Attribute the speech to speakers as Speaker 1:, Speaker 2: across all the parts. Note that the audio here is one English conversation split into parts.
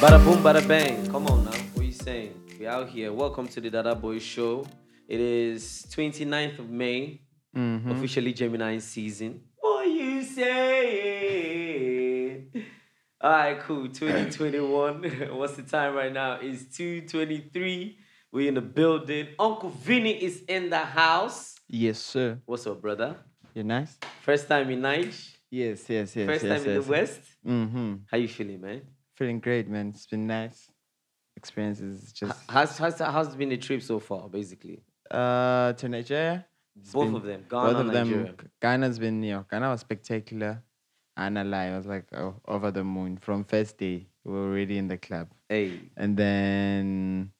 Speaker 1: Bada boom, bada bang. Come on now. What you saying? We out here. Welcome to the Dada Boy Show. It is 29th of May,
Speaker 2: Mm-hmm. Hmm.
Speaker 1: officially Gemini season. What you saying? All right, cool. 2021. What's the time right now? It's 2.23. We're in the building. Uncle Vinny is in the house.
Speaker 2: Yes, sir.
Speaker 1: What's up, brother?
Speaker 2: You're nice.
Speaker 1: First time in Niger.
Speaker 2: Yes, yes, yes.
Speaker 1: First
Speaker 2: yes,
Speaker 1: time in
Speaker 2: yes.
Speaker 1: the West.
Speaker 2: Mm-hmm.
Speaker 1: How you feeling, man?
Speaker 2: Feeling great, man. It's been nice. Experience is just
Speaker 1: How's, how's, how's been the trip so far, basically?
Speaker 2: uh to Nigeria. it's
Speaker 1: Both
Speaker 2: been-
Speaker 1: of them, Ghana,
Speaker 2: both of
Speaker 1: Nigeria.
Speaker 2: them. Ghana's been you know, Ghana was spectacular. And I lie, I was like oh, over the moon. From first day, we were already in the club.
Speaker 1: Hey,
Speaker 2: And then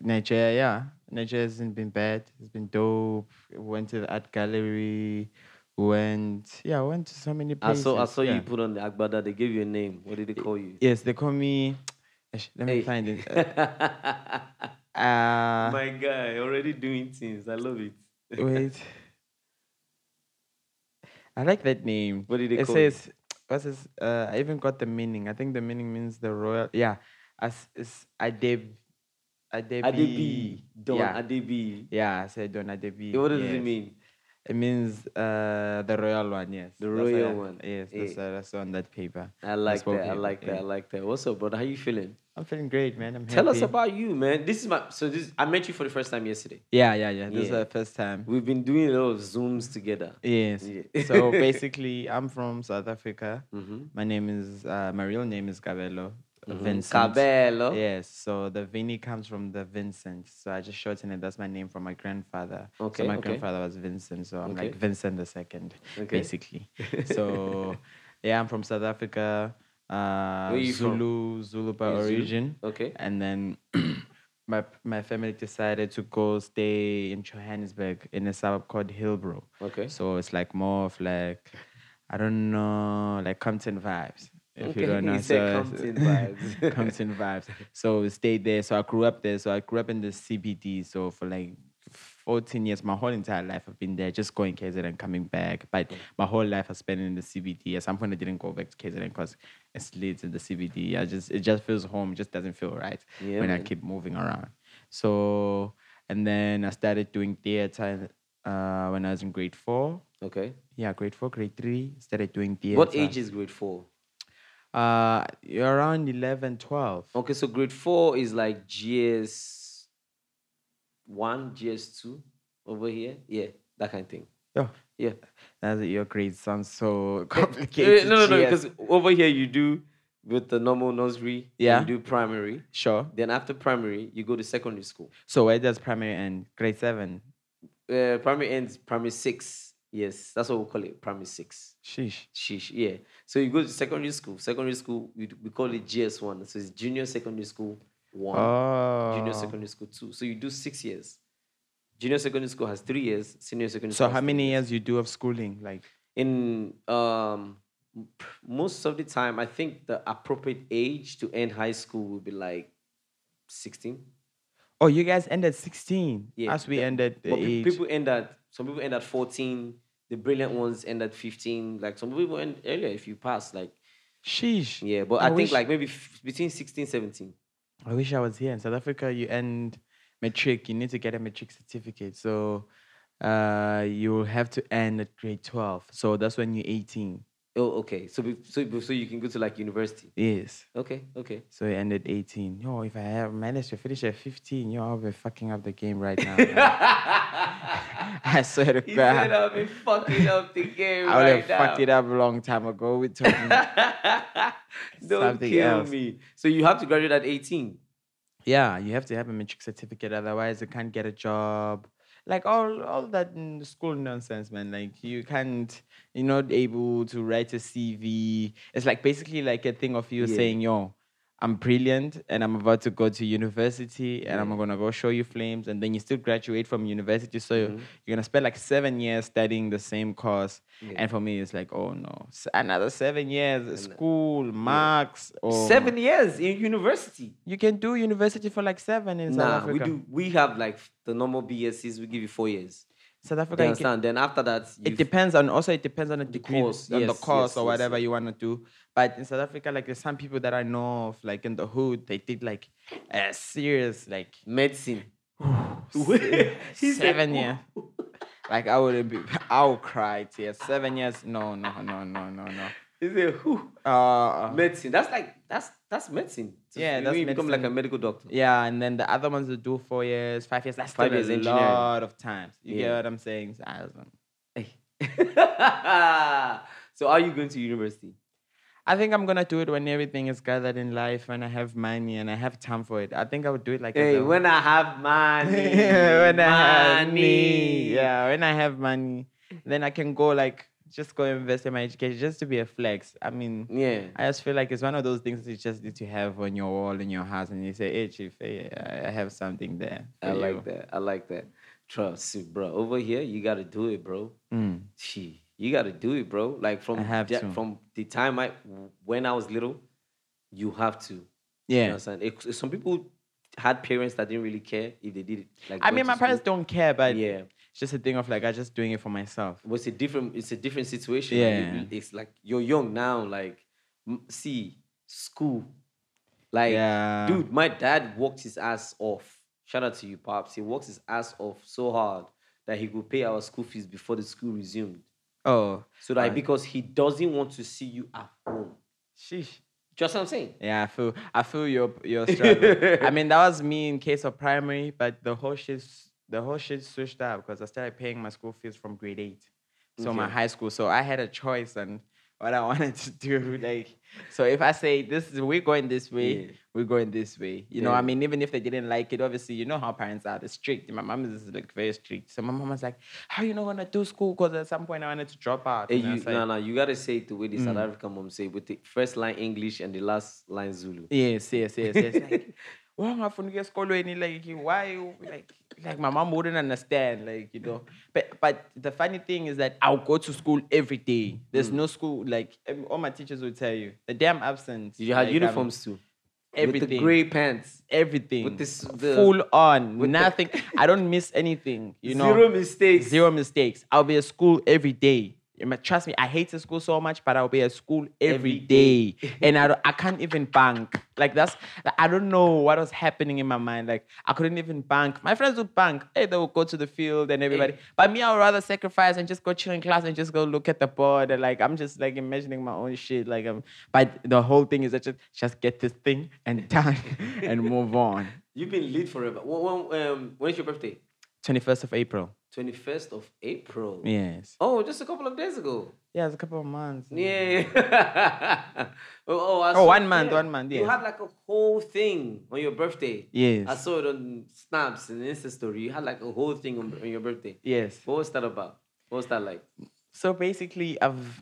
Speaker 2: Nigeria, yeah. Nigeria hasn't been bad. It's been dope. We went to the art gallery. Went yeah, went to so many
Speaker 1: I
Speaker 2: places.
Speaker 1: saw I saw
Speaker 2: yeah.
Speaker 1: you put on the Agbada. They gave you a name. What did they call you?
Speaker 2: Yes, they call me. Ash, Let me
Speaker 1: Hey.
Speaker 2: find it.
Speaker 1: My
Speaker 2: Uh, uh,
Speaker 1: guy, already doing things. I love it.
Speaker 2: wait. I like that name.
Speaker 1: What did they
Speaker 2: it
Speaker 1: call you?
Speaker 2: says? What's this? Uh, I even got the meaning. I think the meaning means the royal. Yeah, as is Adeb, Adebi.
Speaker 1: Adebi, Don
Speaker 2: Yeah,
Speaker 1: Adebi.
Speaker 2: yeah. I said Don Adebi.
Speaker 1: What does it
Speaker 2: yes.
Speaker 1: mean?
Speaker 2: It means uh, the royal one. Yes,
Speaker 1: The
Speaker 2: That's what
Speaker 1: royal
Speaker 2: I-
Speaker 1: one.
Speaker 2: Yes,
Speaker 1: Yeah.
Speaker 2: that's, uh, that's on that paper.
Speaker 1: I like
Speaker 2: That's what
Speaker 1: that. I
Speaker 2: we-
Speaker 1: like that. I
Speaker 2: yeah.
Speaker 1: like that. What's up, brother? How you feeling?
Speaker 2: I'm feeling great, man. I'm
Speaker 1: Tell us
Speaker 2: happy.
Speaker 1: about you, man. This is my so this I met you for the first time yesterday.
Speaker 2: Yeah, yeah, yeah. This is
Speaker 1: Yeah.
Speaker 2: the first time.
Speaker 1: We've been doing a lot of zooms together.
Speaker 2: Yes.
Speaker 1: Yeah.
Speaker 2: so basically, I'm from South Africa.
Speaker 1: Mhm.
Speaker 2: My name is uh, my real name is Cabello
Speaker 1: Mm-hmm.
Speaker 2: Vincent.
Speaker 1: Cabello.
Speaker 2: Yes. So the Vinny comes from the Vincent. So I just shortened it. That's my name from my grandfather.
Speaker 1: Okay,
Speaker 2: So my
Speaker 1: okay.
Speaker 2: grandfather was Vincent. So I'm
Speaker 1: Okay.
Speaker 2: like Vincent the second,
Speaker 1: Okay.
Speaker 2: basically. So yeah, I'm from South Africa. Uh,
Speaker 1: Where you from?
Speaker 2: Zulu, Zulu by
Speaker 1: You're Zulu?
Speaker 2: origin.
Speaker 1: Okay.
Speaker 2: And then my my family decided to go stay in Johannesburg in a suburb called Hillbrow.
Speaker 1: Okay.
Speaker 2: So it's like more of like I don't know, like Compton vibes. If
Speaker 1: Okay,
Speaker 2: you don't
Speaker 1: you
Speaker 2: know,
Speaker 1: said
Speaker 2: so-
Speaker 1: Compton vibes.
Speaker 2: Compton vibes. So we stayed there. So I grew up there. So I grew up in the CBD. So for like 14 years, my whole entire life I've been there, just going KZN and coming back. But my whole life I spent in the CBD. At some point I didn't go back to KZN because it's lit in the CBD. I just it just feels home. It just doesn't feel right
Speaker 1: Yeah,
Speaker 2: when I
Speaker 1: man.
Speaker 2: keep moving around. So and then I started doing theater uh, when I was in grade four.
Speaker 1: Okay.
Speaker 2: Yeah, grade four, grade three, started doing theater.
Speaker 1: What age is grade four?
Speaker 2: Uh, you're around 11, 12.
Speaker 1: Okay, so grade four is like GS one, GS two over here. Yeah, that kind of thing.
Speaker 2: Yeah.
Speaker 1: Yeah.
Speaker 2: That's your grade sounds so
Speaker 1: Eh,
Speaker 2: complicated.
Speaker 1: no, no, no,
Speaker 2: yes.
Speaker 1: because over here you do with the normal nursery,
Speaker 2: Yeah.
Speaker 1: you do primary.
Speaker 2: sure.
Speaker 1: Then after primary, you go to secondary school.
Speaker 2: So where does primary end? Grade seven.
Speaker 1: Uh, primary ends primary six. Yes, that's what we call it, primary six.
Speaker 2: Sheesh.
Speaker 1: Sheesh, yeah. So you go to secondary school. Secondary school, we, we call it GS1. So it's junior secondary school one.
Speaker 2: Oh.
Speaker 1: junior secondary school too. So you do six years. Junior secondary school has three years. Senior secondary
Speaker 2: Oh. So
Speaker 1: school.
Speaker 2: how
Speaker 1: has three
Speaker 2: many years you do of schooling? Like
Speaker 1: In um, m- most of the time, I think the appropriate age to end high school would be like sixteen.
Speaker 2: oh, you guys ended sixteen.
Speaker 1: Yeah,
Speaker 2: As we
Speaker 1: yeah.
Speaker 2: ended the
Speaker 1: But pe-
Speaker 2: age.
Speaker 1: people end at some people end at fourteen. The brilliant ones end at fifteen. Like some people end earlier if you pass. Like
Speaker 2: Sheesh.
Speaker 1: yeah, but I,
Speaker 2: I
Speaker 1: think
Speaker 2: wish-
Speaker 1: like maybe f- between 16, 17.
Speaker 2: I wish I was here in South Africa. You end matric. You need to get a matric certificate. So uh you have to end at grade twelve. So that's when you're eighteen.
Speaker 1: Oh, okay. So be- so be- so you can go to like university.
Speaker 2: Yes.
Speaker 1: Okay, okay.
Speaker 2: So it ended 18. Yo, if I have managed to finish at 15, yo, I'll be fucking up the game right now. man. I swear to
Speaker 1: He said
Speaker 2: God.
Speaker 1: I'll be fucking up the game
Speaker 2: I would
Speaker 1: right
Speaker 2: have fucked it up a long time ago. We're talking.
Speaker 1: up. Don't
Speaker 2: Something
Speaker 1: kill
Speaker 2: else.
Speaker 1: me. So you have to graduate at 18.
Speaker 2: yeah, you have to have a matric certificate, otherwise you can't get a job. Like all all that mm, school nonsense, man. Like you can't, you're not able to write a CV. It's like basically like a thing of you
Speaker 1: Yeah.
Speaker 2: saying, yo, I'm brilliant and I'm about to go to university and I'm gonna go show you flames, and then you still graduate from university. So
Speaker 1: Mm-hmm.
Speaker 2: you're gonna spend like seven years studying the same course.
Speaker 1: Yeah.
Speaker 2: And for me, it's like, oh no, s- another seven years, school, marks, oh, or
Speaker 1: Seven years in university.
Speaker 2: you can do university for like seven in South
Speaker 1: Nah,
Speaker 2: Africa.
Speaker 1: we do. We have like the normal BSCs. We give you four years.
Speaker 2: South Africa.
Speaker 1: You
Speaker 2: you can-
Speaker 1: understand? Then after that, you
Speaker 2: it depends on also it depends on the degree
Speaker 1: course,
Speaker 2: on the
Speaker 1: yes,
Speaker 2: course
Speaker 1: yes,
Speaker 2: or
Speaker 1: yes,
Speaker 2: whatever
Speaker 1: yes.
Speaker 2: you want to do but in south africa like there's some people that i know of like in the hood they did like a serious like
Speaker 1: medicine. He said,
Speaker 2: seven year like i would be i would cry tears seven years no no no no no no
Speaker 1: He said, "Whew,
Speaker 2: uh
Speaker 1: medicine. That's like that's that's medicine. So
Speaker 2: Yeah,
Speaker 1: you
Speaker 2: that's
Speaker 1: become like a
Speaker 2: medicine.
Speaker 1: medical doctor.
Speaker 2: yeah and then the other ones that do four years five years that's
Speaker 1: Five
Speaker 2: still
Speaker 1: years
Speaker 2: a
Speaker 1: engineering.
Speaker 2: lot of times you get
Speaker 1: Yeah.
Speaker 2: what i'm saying So I was like,
Speaker 1: so are you going to university?
Speaker 2: I think I'm gonna do it when everything is gathered in life, when I have money and I have time for it. I think I would do it like as
Speaker 1: Hey,
Speaker 2: a-
Speaker 1: when I have money,
Speaker 2: when I have
Speaker 1: money.
Speaker 2: money. Yeah, when I have money, then I can go like just go invest in my education just to be a flex. I mean,
Speaker 1: yeah.
Speaker 2: I just feel like it's one of those things that you just need to have on your wall in your house, and you say, "Hey, chief, hey, I I have something there."
Speaker 1: I like that. I like that. Trust, me, bro. Over here, you gotta do it, bro.
Speaker 2: Mm.
Speaker 1: She, you gotta do it, bro. Like from
Speaker 2: I have
Speaker 1: the-
Speaker 2: to.
Speaker 1: from the time I when I was little, you have to. You
Speaker 2: Yeah.
Speaker 1: understand? It- some people had parents that didn't really care if they did it. Like
Speaker 2: I
Speaker 1: going
Speaker 2: mean,
Speaker 1: to
Speaker 2: my parents
Speaker 1: school.
Speaker 2: don't care, but
Speaker 1: Yeah,
Speaker 2: it's just a thing of like I just doing it for myself.
Speaker 1: well, it's a different. It's a different situation. Like,
Speaker 2: Yeah.
Speaker 1: you- it's like you're young now. Like, m- see, school. Like,
Speaker 2: yeah,
Speaker 1: dude, my dad worked his ass off. Shout out to you, pops. He worked his ass off so hard that he could pay our school fees before the school resumed.
Speaker 2: Oh,
Speaker 1: So that
Speaker 2: Right.
Speaker 1: because he doesn't want to see you at home.
Speaker 2: sheesh.
Speaker 1: Just what I'm saying.
Speaker 2: Yeah, I feel I feel your your struggle. I mean, that was me in case of primary, but the whole shit s- the whole shit switched up because I started paying my school fees from grade eight, so my
Speaker 1: Okay.
Speaker 2: high school. So I had a choice on what I wanted to do. Like, so if I say this, is- we're going this way,
Speaker 1: Yeah.
Speaker 2: we're going this way. You know, I
Speaker 1: Yeah.
Speaker 2: mean, even if they didn't like it, obviously, you know how parents are. They're strict. My mom is like very strict. So my mom was like, "How you not gonna do school? Because at some point I wanted to drop out."
Speaker 1: Hey,
Speaker 2: And I
Speaker 1: you,
Speaker 2: was like,
Speaker 1: no, no, you gotta say it the way the South African mom say with the first line English and the last line Zulu.
Speaker 2: Yes, yes, yes, yes. Like, why am I from the school any like why like like my mom wouldn't understand, like, you know. But but the funny thing is that I'll go to school every day. There's
Speaker 1: Mm.
Speaker 2: no school, like em- all my teachers will tell you. The damn absent.
Speaker 1: You had
Speaker 2: like, um, I'm-
Speaker 1: uniforms too. With the
Speaker 2: everything.
Speaker 1: grey pants.
Speaker 2: everything.
Speaker 1: with this- the-
Speaker 2: full on.
Speaker 1: with the-
Speaker 2: Nothing. I don't miss anything. You know
Speaker 1: Zero mistakes.
Speaker 2: zero mistakes. I'll be at school every day. Em- Trust me, I hated school so much, but I'll be at school every
Speaker 1: Every
Speaker 2: day, and I, don't- I can't even bank. Like that's I don't know what was happening in my mind. Like I couldn't even bank. My friends would bank. Hey, they would go to the field and everybody.
Speaker 1: Hey.
Speaker 2: But me, I would rather sacrifice and just go chill in class and just go look at the board. And like I'm just like imagining my own shit. Like um, but the whole thing is that just just get this thing and done and move on.
Speaker 1: You've been lit forever. When, when, um, when is your birthday?
Speaker 2: Twenty first of April.
Speaker 1: 21st of April.
Speaker 2: Yes.
Speaker 1: Oh, just a couple of days ago.
Speaker 2: Yeah, it's a couple of months.
Speaker 1: Yeah. oh, oh, I
Speaker 2: Oh,
Speaker 1: saw-
Speaker 2: one month, one month,
Speaker 1: You
Speaker 2: yes.
Speaker 1: had like a whole thing on your birthday.
Speaker 2: Yes.
Speaker 1: I saw it on snaps and Insta story. You had like a whole thing on, on your birthday.
Speaker 2: Yes.
Speaker 1: What was that about? What was that like?
Speaker 2: so basically i've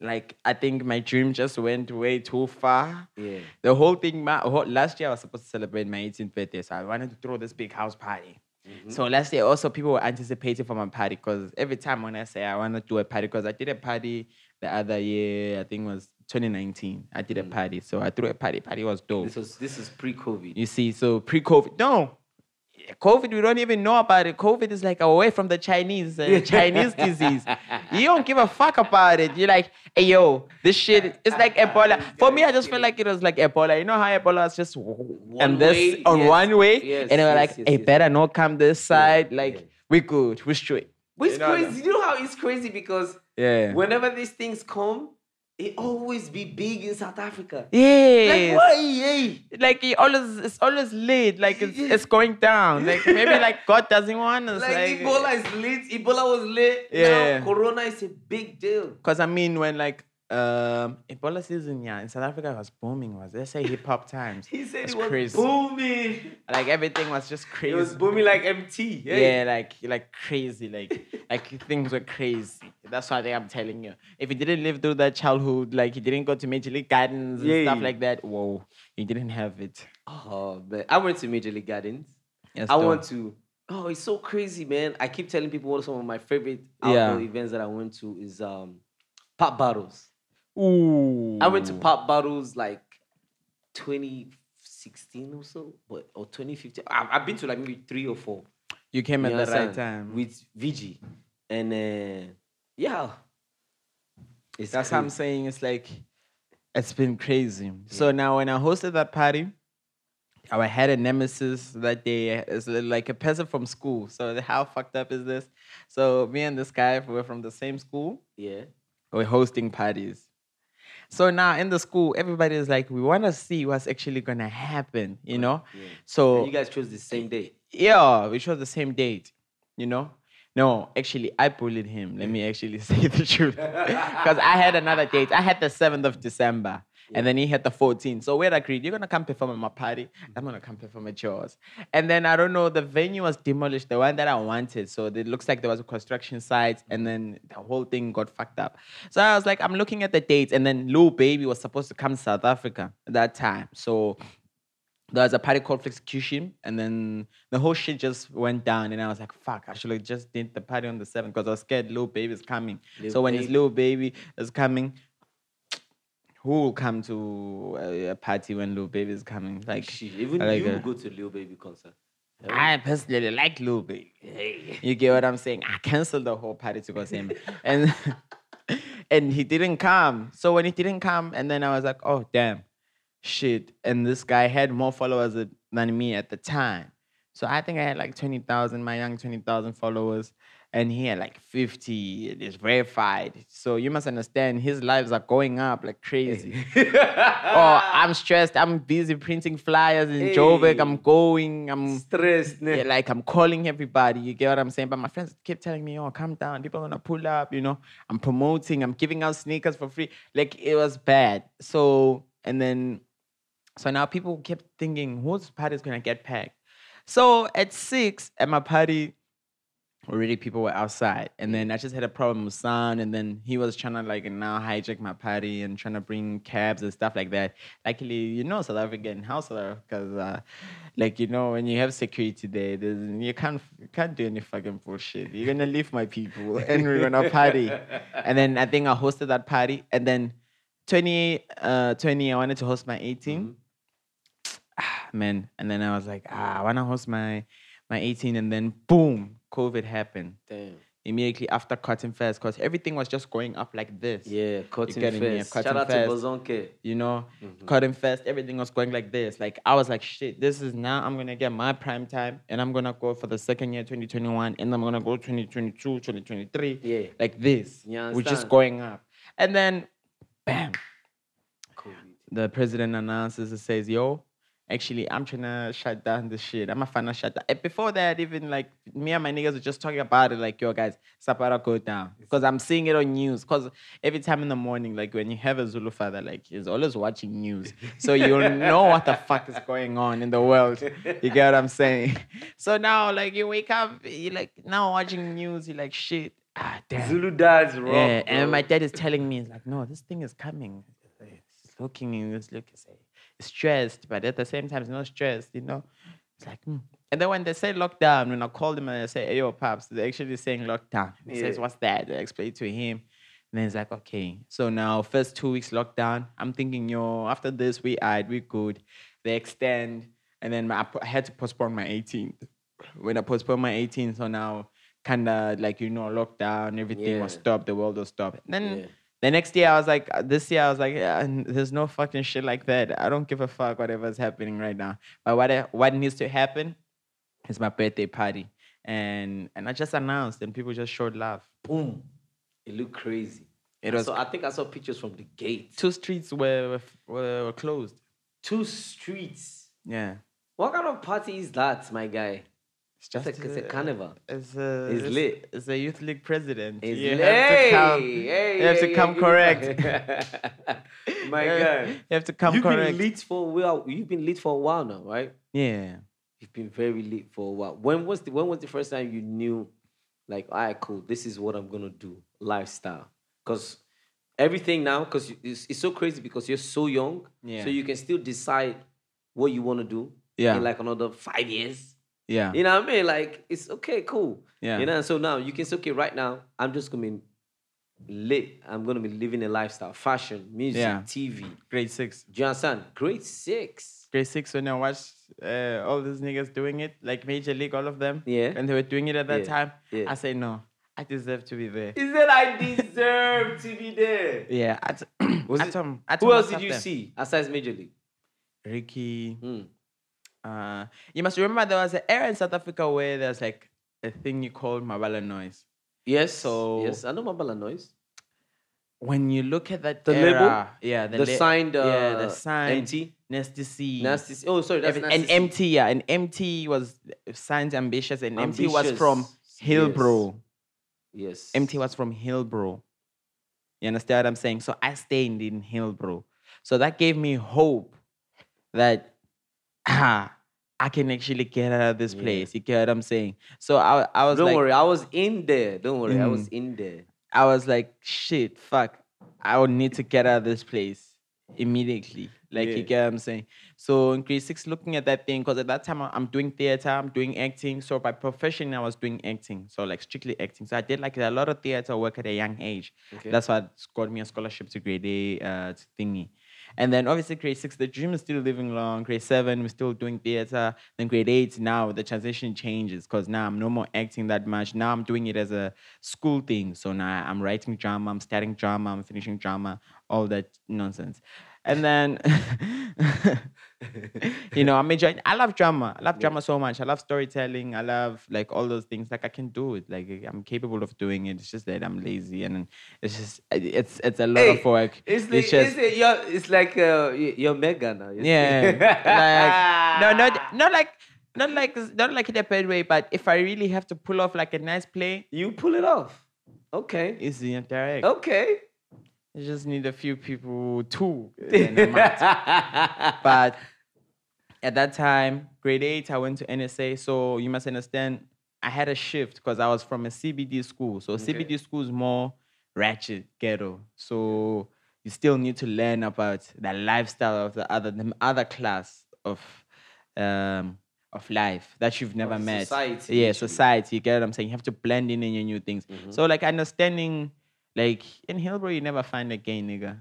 Speaker 2: like i think my dream just went way too far
Speaker 1: Yeah.
Speaker 2: the whole thing my whole, last year i was supposed to celebrate my 18th birthday so i wanted to throw this big house party so last year also people were anticipating for my party because every time when i say i want to do a party because i did a party the other year i think was 2019 i did a party so i threw a party party was dope
Speaker 1: This was this is pre-COVID.
Speaker 2: you see, so pre COVID, no. COVID, we don't even know about it. COVID is like away from the Chinese, uh, Chinese disease. You don't give a fuck about it. You're like, hey, yo, this shit, it's like Ebola. For me, I just feel like it was like Ebola. You know how Ebola is just
Speaker 1: One
Speaker 2: and this
Speaker 1: way,
Speaker 2: on
Speaker 1: yes,
Speaker 2: one way?
Speaker 1: yes,
Speaker 2: and they were
Speaker 1: yes,
Speaker 2: like,
Speaker 1: yes,
Speaker 2: hey,
Speaker 1: yes.
Speaker 2: better not come this side. Like,
Speaker 1: yeah.
Speaker 2: we good, we straight.
Speaker 1: Which
Speaker 2: You know that?
Speaker 1: crazy? You know how it's crazy because
Speaker 2: Yeah.
Speaker 1: whenever these things come, it always be big in South Africa.
Speaker 2: Yes.
Speaker 1: Like why? Hey.
Speaker 2: Like it always, it's always lit. Like it's, it's going down. Like maybe like God doesn't want us.
Speaker 1: Like, Ebola is lit. Ebola was lit.
Speaker 2: Yeah.
Speaker 1: Now Corona is a big deal.
Speaker 2: Because I mean, when like um Ebola season, yeah, in South Africa it was booming. Was let's say hip hop times.
Speaker 1: He said
Speaker 2: That's
Speaker 1: it was
Speaker 2: crazy.
Speaker 1: booming.
Speaker 2: Like everything was just crazy.
Speaker 1: It was booming like MT. Yeah.
Speaker 2: Yeah, like like crazy, like like things were crazy. That's why I think I'm telling you. If you didn't live through that childhood, like you didn't go to major league gardens and
Speaker 1: Yeah.
Speaker 2: stuff like that, whoa, you didn't have it.
Speaker 1: Oh man, I went to Major League Gardens.
Speaker 2: Yes,
Speaker 1: I
Speaker 2: though.
Speaker 1: want to. Oh, it's so crazy, man. I keep telling people what some of my favorite
Speaker 2: Yeah.
Speaker 1: outdoor events that I went to is um pop battles.
Speaker 2: Ooh.
Speaker 1: I went to pop battles like 2016 or so, but or 2015. I, I've been to like maybe three or four.
Speaker 2: You came at
Speaker 1: You
Speaker 2: the right
Speaker 1: understand?
Speaker 2: time.
Speaker 1: With VG. And uh, yeah. It's
Speaker 2: That's
Speaker 1: cra-
Speaker 2: what I'm saying. It's like it's been crazy. So now when I hosted that party, I had a nemesis that day. It's li- like a person from school. So the- how fucked up is this? So me and this guy were from the same school.
Speaker 1: Yeah.
Speaker 2: We're hosting parties. So now in the school, everybody is like, we want to see what's actually gonna happen, you know?
Speaker 1: Yeah.
Speaker 2: So
Speaker 1: And you guys chose the same day.
Speaker 2: yeah, we chose the same date, you know? No, actually, I bullied him. Let me actually say the truth. Because I had another date. I had the 7th of December, and then he had the 14th. So we had agreed, you're going to come perform at my party. I'm going to come perform at yours. And then I don't know, the venue was demolished, the one that I wanted. So it looks like there was a construction site, and then the whole thing got fucked up. So I was like, I'm looking at the dates. And then Lil Baby was supposed to come to South Africa at that time. So there was a party called Flexecution, and then the whole shit just went down. And I was like, fuck, I should have just did the party on the 7th because I was scared little baby's coming.
Speaker 1: Lil
Speaker 2: so when his
Speaker 1: Baby.
Speaker 2: little baby is coming, who will come to a, a party when little baby is coming? Like,
Speaker 1: Shit, even
Speaker 2: like uh,
Speaker 1: you
Speaker 2: a-
Speaker 1: go to Lil Baby concert.
Speaker 2: I personally like little baby.
Speaker 1: Hey.
Speaker 2: You get what I'm saying? I canceled the whole party to go see him. And and he didn't come. So when he didn't come, and then I was like, oh damn, shit. And this guy had more followers th- than me at the time. So I think I had like 20,000, my young 20,000 followers. And he had like 50, it is verified. So you must understand his lives are going up like crazy oh, I'm stressed. I'm busy printing flyers in Joburg. I'm
Speaker 1: Hey.
Speaker 2: going. I'm
Speaker 1: Stress,
Speaker 2: yeah, like I'm calling everybody. You get what I'm saying? But my friends keep telling me, "Oh, calm down. People are gonna pull up." You know, I'm promoting. I'm giving out sneakers for free. Like it was bad. So and then, so now people kept thinking, "Whose party is gonna get packed?" So at six at my party, already people were outside. And then I just had a problem with sound. And then he was trying to like now hijack my party and trying to bring cabs and stuff like that. Luckily, you know South African house because uh, like you know when you have security there, there's, you can't you can't do any fucking bullshit. You're gonna leave my people and we're gonna party. and then I think I hosted that party. And then 20, uh, 20 I wanted to host my 18 man. And then I was like, ah, I wanna host my my 18, and then boom, COVID happened
Speaker 1: Damn.
Speaker 2: immediately after Cotton Fest, because everything was just going up like this.
Speaker 1: Yeah, cutting
Speaker 2: getting me a
Speaker 1: fest.
Speaker 2: cutting
Speaker 1: Shout out to
Speaker 2: fest.
Speaker 1: Bozonke.
Speaker 2: You know,
Speaker 1: Mm-hmm.
Speaker 2: Cotton Fest, everything was going like this. Like I was like, shit, this is now. I'm gonna get my prime time, and I'm gonna go for the second year, 2021, and I'm gonna go 2022, 2023.
Speaker 1: Yeah.
Speaker 2: like this,
Speaker 1: You
Speaker 2: which is
Speaker 1: understand?
Speaker 2: going up, and then, bam,
Speaker 1: COVID.
Speaker 2: the president announces and says, "Yo, actually, I'm trying to shut down this shit. I'm a fan of shut down." And before that, even like me and my niggas were just talking about it, like, "Yo, guys, Sapara go down," because I'm seeing it on news. Because every time in the morning, like when you have a Zulu father, like he's always watching news, so you'll know what the fuck is going on in the world. You get what I'm saying? So now, like, you wake up, you like now watching news, you like, "Shit, ah, damn."
Speaker 1: Zulu dies rock.
Speaker 2: Yeah, and
Speaker 1: bro.
Speaker 2: my dad is telling me, he's like, no, this thing is coming. It's looking, it's looking, it's it's stressed, but at the same time, it's not stressed, you know? It's like, mm. and then when they say lockdown, when I call them and I say, hey, yo, pops, they're actually saying lockdown. He says,
Speaker 1: Yeah.
Speaker 2: what's that? I explain to him. And then he's like, okay. So now, first two weeks lockdown, I'm thinking, yo, after this, we eyed, we good. They extend. And then my, I po- I had to postpone my 18th. When I postponed my 18th, so now, kind of like, you know, lockdown, everything was
Speaker 1: Yeah.
Speaker 2: stopped, the world was stopped. And then
Speaker 1: Yeah.
Speaker 2: the next year, I was like, uh, this year, I was like, yeah, n- there's no fucking shit like that. I don't give a fuck whatever's happening right now. But what, I- what needs to happen is my birthday party. And, and I just announced, and people just showed love.
Speaker 1: boom. It looked crazy.
Speaker 2: It
Speaker 1: I
Speaker 2: was-
Speaker 1: saw- I think I saw pictures from the gate.
Speaker 2: Two streets were, were, were closed.
Speaker 1: Two streets.
Speaker 2: Yeah.
Speaker 1: What kind of party is that, my guy?
Speaker 2: It's
Speaker 1: It's a, it's a
Speaker 2: uh,
Speaker 1: carnival.
Speaker 2: It's, a,
Speaker 1: It's lit.
Speaker 2: It's a youth league president.
Speaker 1: It's
Speaker 2: you
Speaker 1: lit.
Speaker 2: have to come,
Speaker 1: Hey, hey,
Speaker 2: you have to
Speaker 1: hey,
Speaker 2: come
Speaker 1: hey,
Speaker 2: correct.
Speaker 1: my
Speaker 2: You have-
Speaker 1: guy.
Speaker 2: You have to come
Speaker 1: You've
Speaker 2: correct.
Speaker 1: been lit for a while. You've been lit for a while now, right?
Speaker 2: Yeah.
Speaker 1: You've been very lit for a while. When was the when was the first time you knew, like, all right, cool, this is what I'm gonna do, lifestyle? Because everything now, because it's, it's so crazy because you're so young,
Speaker 2: Yeah.
Speaker 1: so you can still decide what you want to do
Speaker 2: Yeah.
Speaker 1: in like another five years.
Speaker 2: Yeah.
Speaker 1: You know what I mean? Like, it's okay, cool.
Speaker 2: Yeah.
Speaker 1: You know, and so now you can say, okay, right now, I'm just gonna be lit. I'm gonna be living a lifestyle, fashion, music,
Speaker 2: Yeah.
Speaker 1: TV. Do
Speaker 2: Grade six.
Speaker 1: you understand? Grade six.
Speaker 2: grade six when I watched uh, all these niggas doing it, like Major League, all of them.
Speaker 1: Yeah.
Speaker 2: And they were doing it at that
Speaker 1: Yeah.
Speaker 2: time.
Speaker 1: Yeah.
Speaker 2: I say no, I deserve to be there.
Speaker 1: He said, I deserve to be there.
Speaker 2: Yeah. I t-
Speaker 1: Was
Speaker 2: I
Speaker 1: it-
Speaker 2: told- I
Speaker 1: Who
Speaker 2: told
Speaker 1: else did
Speaker 2: myself
Speaker 1: you
Speaker 2: that.
Speaker 1: see aside Major League?
Speaker 2: Ricky.
Speaker 1: Mm.
Speaker 2: Uh, you must remember there was an era in South Africa where there's like a thing you call Mabala noise.
Speaker 1: Yes.
Speaker 2: So-
Speaker 1: yes, I know Mabala Noise.
Speaker 2: When you look at that
Speaker 1: The label?
Speaker 2: era, yeah, the,
Speaker 1: The,
Speaker 2: la-
Speaker 1: signed, uh,
Speaker 2: yeah, the signed
Speaker 1: MT,
Speaker 2: Nasty C,
Speaker 1: nasty. C- Oh, sorry, that's
Speaker 2: every-
Speaker 1: nasty.
Speaker 2: and
Speaker 1: C.
Speaker 2: MT, yeah, and MT was signed ambitious, and MT was
Speaker 1: Ambitious,
Speaker 2: from Hillbro.
Speaker 1: Yes.
Speaker 2: MT was from Hillbro. You understand what I'm saying? So I stayed in Hillbro. So that gave me hope that ah, I can actually get out of this
Speaker 1: Yeah.
Speaker 2: place. You get what I'm saying? So I, I was
Speaker 1: Don't
Speaker 2: like,
Speaker 1: worry, I was in there. Don't worry, I was
Speaker 2: Mm.
Speaker 1: in there.
Speaker 2: I was like, shit, fuck. I would need to get out of this place immediately. Like
Speaker 1: Yeah.
Speaker 2: you get what I'm saying? So in grade six, looking at that thing, because at that time I- I'm doing theater, I'm doing acting. So by profession, I was doing acting. So like strictly acting. So I did like a lot of theater work at a young age.
Speaker 1: Okay.
Speaker 2: That's what got me a scholarship to grade A uh, to thingy. And then obviously grade six, the dream is still living long. Grade seven, we're still doing theater. Then grade eight, now the transition changes because now I'm no more acting that much. Now I'm doing it as a school thing. So now I'm writing drama, I'm starting drama, I'm finishing drama, all that nonsense. And then you know, I'm enjoying. I love drama. I love drama so much. I love storytelling. I love like all those things. Like I can do it. Like I'm capable of doing it. It's just that I'm lazy, and it's just it's it's a lot
Speaker 1: Hey,
Speaker 2: of work.
Speaker 1: It's, the, it's,
Speaker 2: just
Speaker 1: the- you're, it's like uh, y- you're mega now. You're-
Speaker 2: yeah. like, no, not not like not like not like in a bad way. But if I really have to pull off like a nice play,
Speaker 1: you pull it off. Okay.
Speaker 2: it's the direct.
Speaker 1: Okay.
Speaker 2: I just need a few people too. then I'm out. but at that time, grade eight, I went to NSA. So you must understand, I had a shift because I was from a CBD school. So
Speaker 1: Okay.
Speaker 2: CBD school is more ratchet, ghetto. So you still need to learn about the lifestyle of the other, the other class of, um, of life that you've never
Speaker 1: the
Speaker 2: met.
Speaker 1: society,
Speaker 2: yeah,
Speaker 1: literally. Mm-hmm.
Speaker 2: society. You get what I'm saying? You have to blend in in your new things. So like understanding, like in Hillbrow, you never find a gay nigga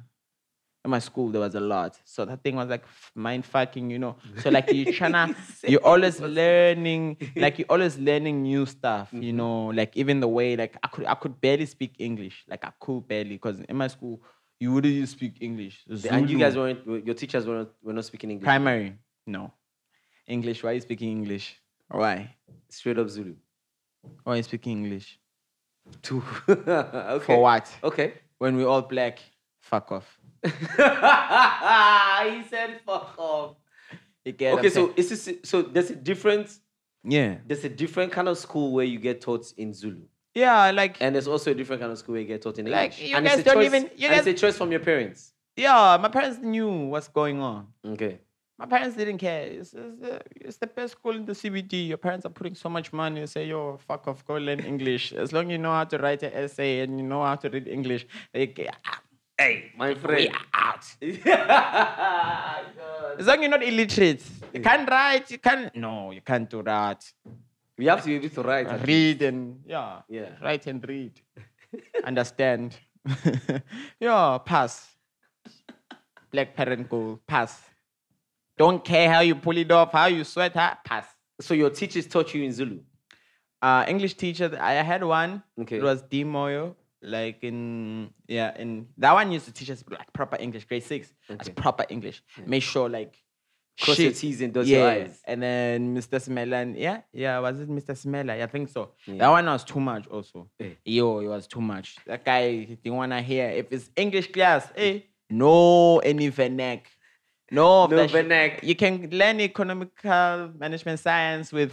Speaker 2: in my school there was a lot so that thing was like f- mind fucking you know so like you tryna you're always learning like you're always learning new stuff
Speaker 1: Mm-hmm.
Speaker 2: you know like even the way like i could i could barely speak english like i could barely because in my school you wouldn't even speak english
Speaker 1: and you
Speaker 2: Zulu.
Speaker 1: guys weren't, your teachers were not, were not speaking English.
Speaker 2: primary no english why are you speaking english why
Speaker 1: Straight up Zulu.
Speaker 2: why are you speaking english
Speaker 1: Two. okay.
Speaker 2: for what
Speaker 1: Okay.
Speaker 2: when we're all black fuck off
Speaker 1: he said fuck off.
Speaker 2: You get what
Speaker 1: Okay,
Speaker 2: I'm saying?
Speaker 1: so is this, so there's a difference
Speaker 2: yeah
Speaker 1: there's a different kind of school where you get taught in Zulu.
Speaker 2: yeah like
Speaker 1: And there's also a different kind of school where you get taught in
Speaker 2: Like,
Speaker 1: English.
Speaker 2: you
Speaker 1: and
Speaker 2: guys
Speaker 1: it's a
Speaker 2: don't
Speaker 1: choice,
Speaker 2: even- you
Speaker 1: and
Speaker 2: guys-
Speaker 1: it's a choice from your parents.
Speaker 2: yeah my parents knew what's going on
Speaker 1: Okay.
Speaker 2: My parents didn't care. It's, it's, the, it's the best school in the CBD. Your parents are putting so much money. You say, yo, fuck off, go learn English. As long as you know how to write an essay and you know how to read English, they get out.
Speaker 1: Hey, my
Speaker 2: We
Speaker 1: friend.
Speaker 2: are out.
Speaker 1: God.
Speaker 2: As long as you're not illiterate, you can't write, you can't. No, you can't do that.
Speaker 1: We have to be able to write. at least.
Speaker 2: Read and, yeah,
Speaker 1: Yeah.
Speaker 2: write and read. Understand. yeah, pass. Black parent goal, pass. Don't care how you pull it off, how you sweat, huh? pass.
Speaker 1: So your teachers taught you in Zulu.
Speaker 2: uh, English teacher. th- I had one.
Speaker 1: Okay.
Speaker 2: It was D Moyo. Like in yeah, in that one used to teach us like proper English, grade six. That's
Speaker 1: Okay.
Speaker 2: proper English. Make sure like
Speaker 1: Cross your T's and dot your I's.
Speaker 2: And then Mr. Smelan, yeah, yeah, was it Mr. Smeller? I think so. That
Speaker 1: Yeah.
Speaker 2: one was too much also.
Speaker 1: Eh.
Speaker 2: Yo, it was too much. That guy he didn't wanna hear. If it's English class, eh? No any vernac. No, of
Speaker 1: No
Speaker 2: that shit.
Speaker 1: vernac.
Speaker 2: You can learn economical management science with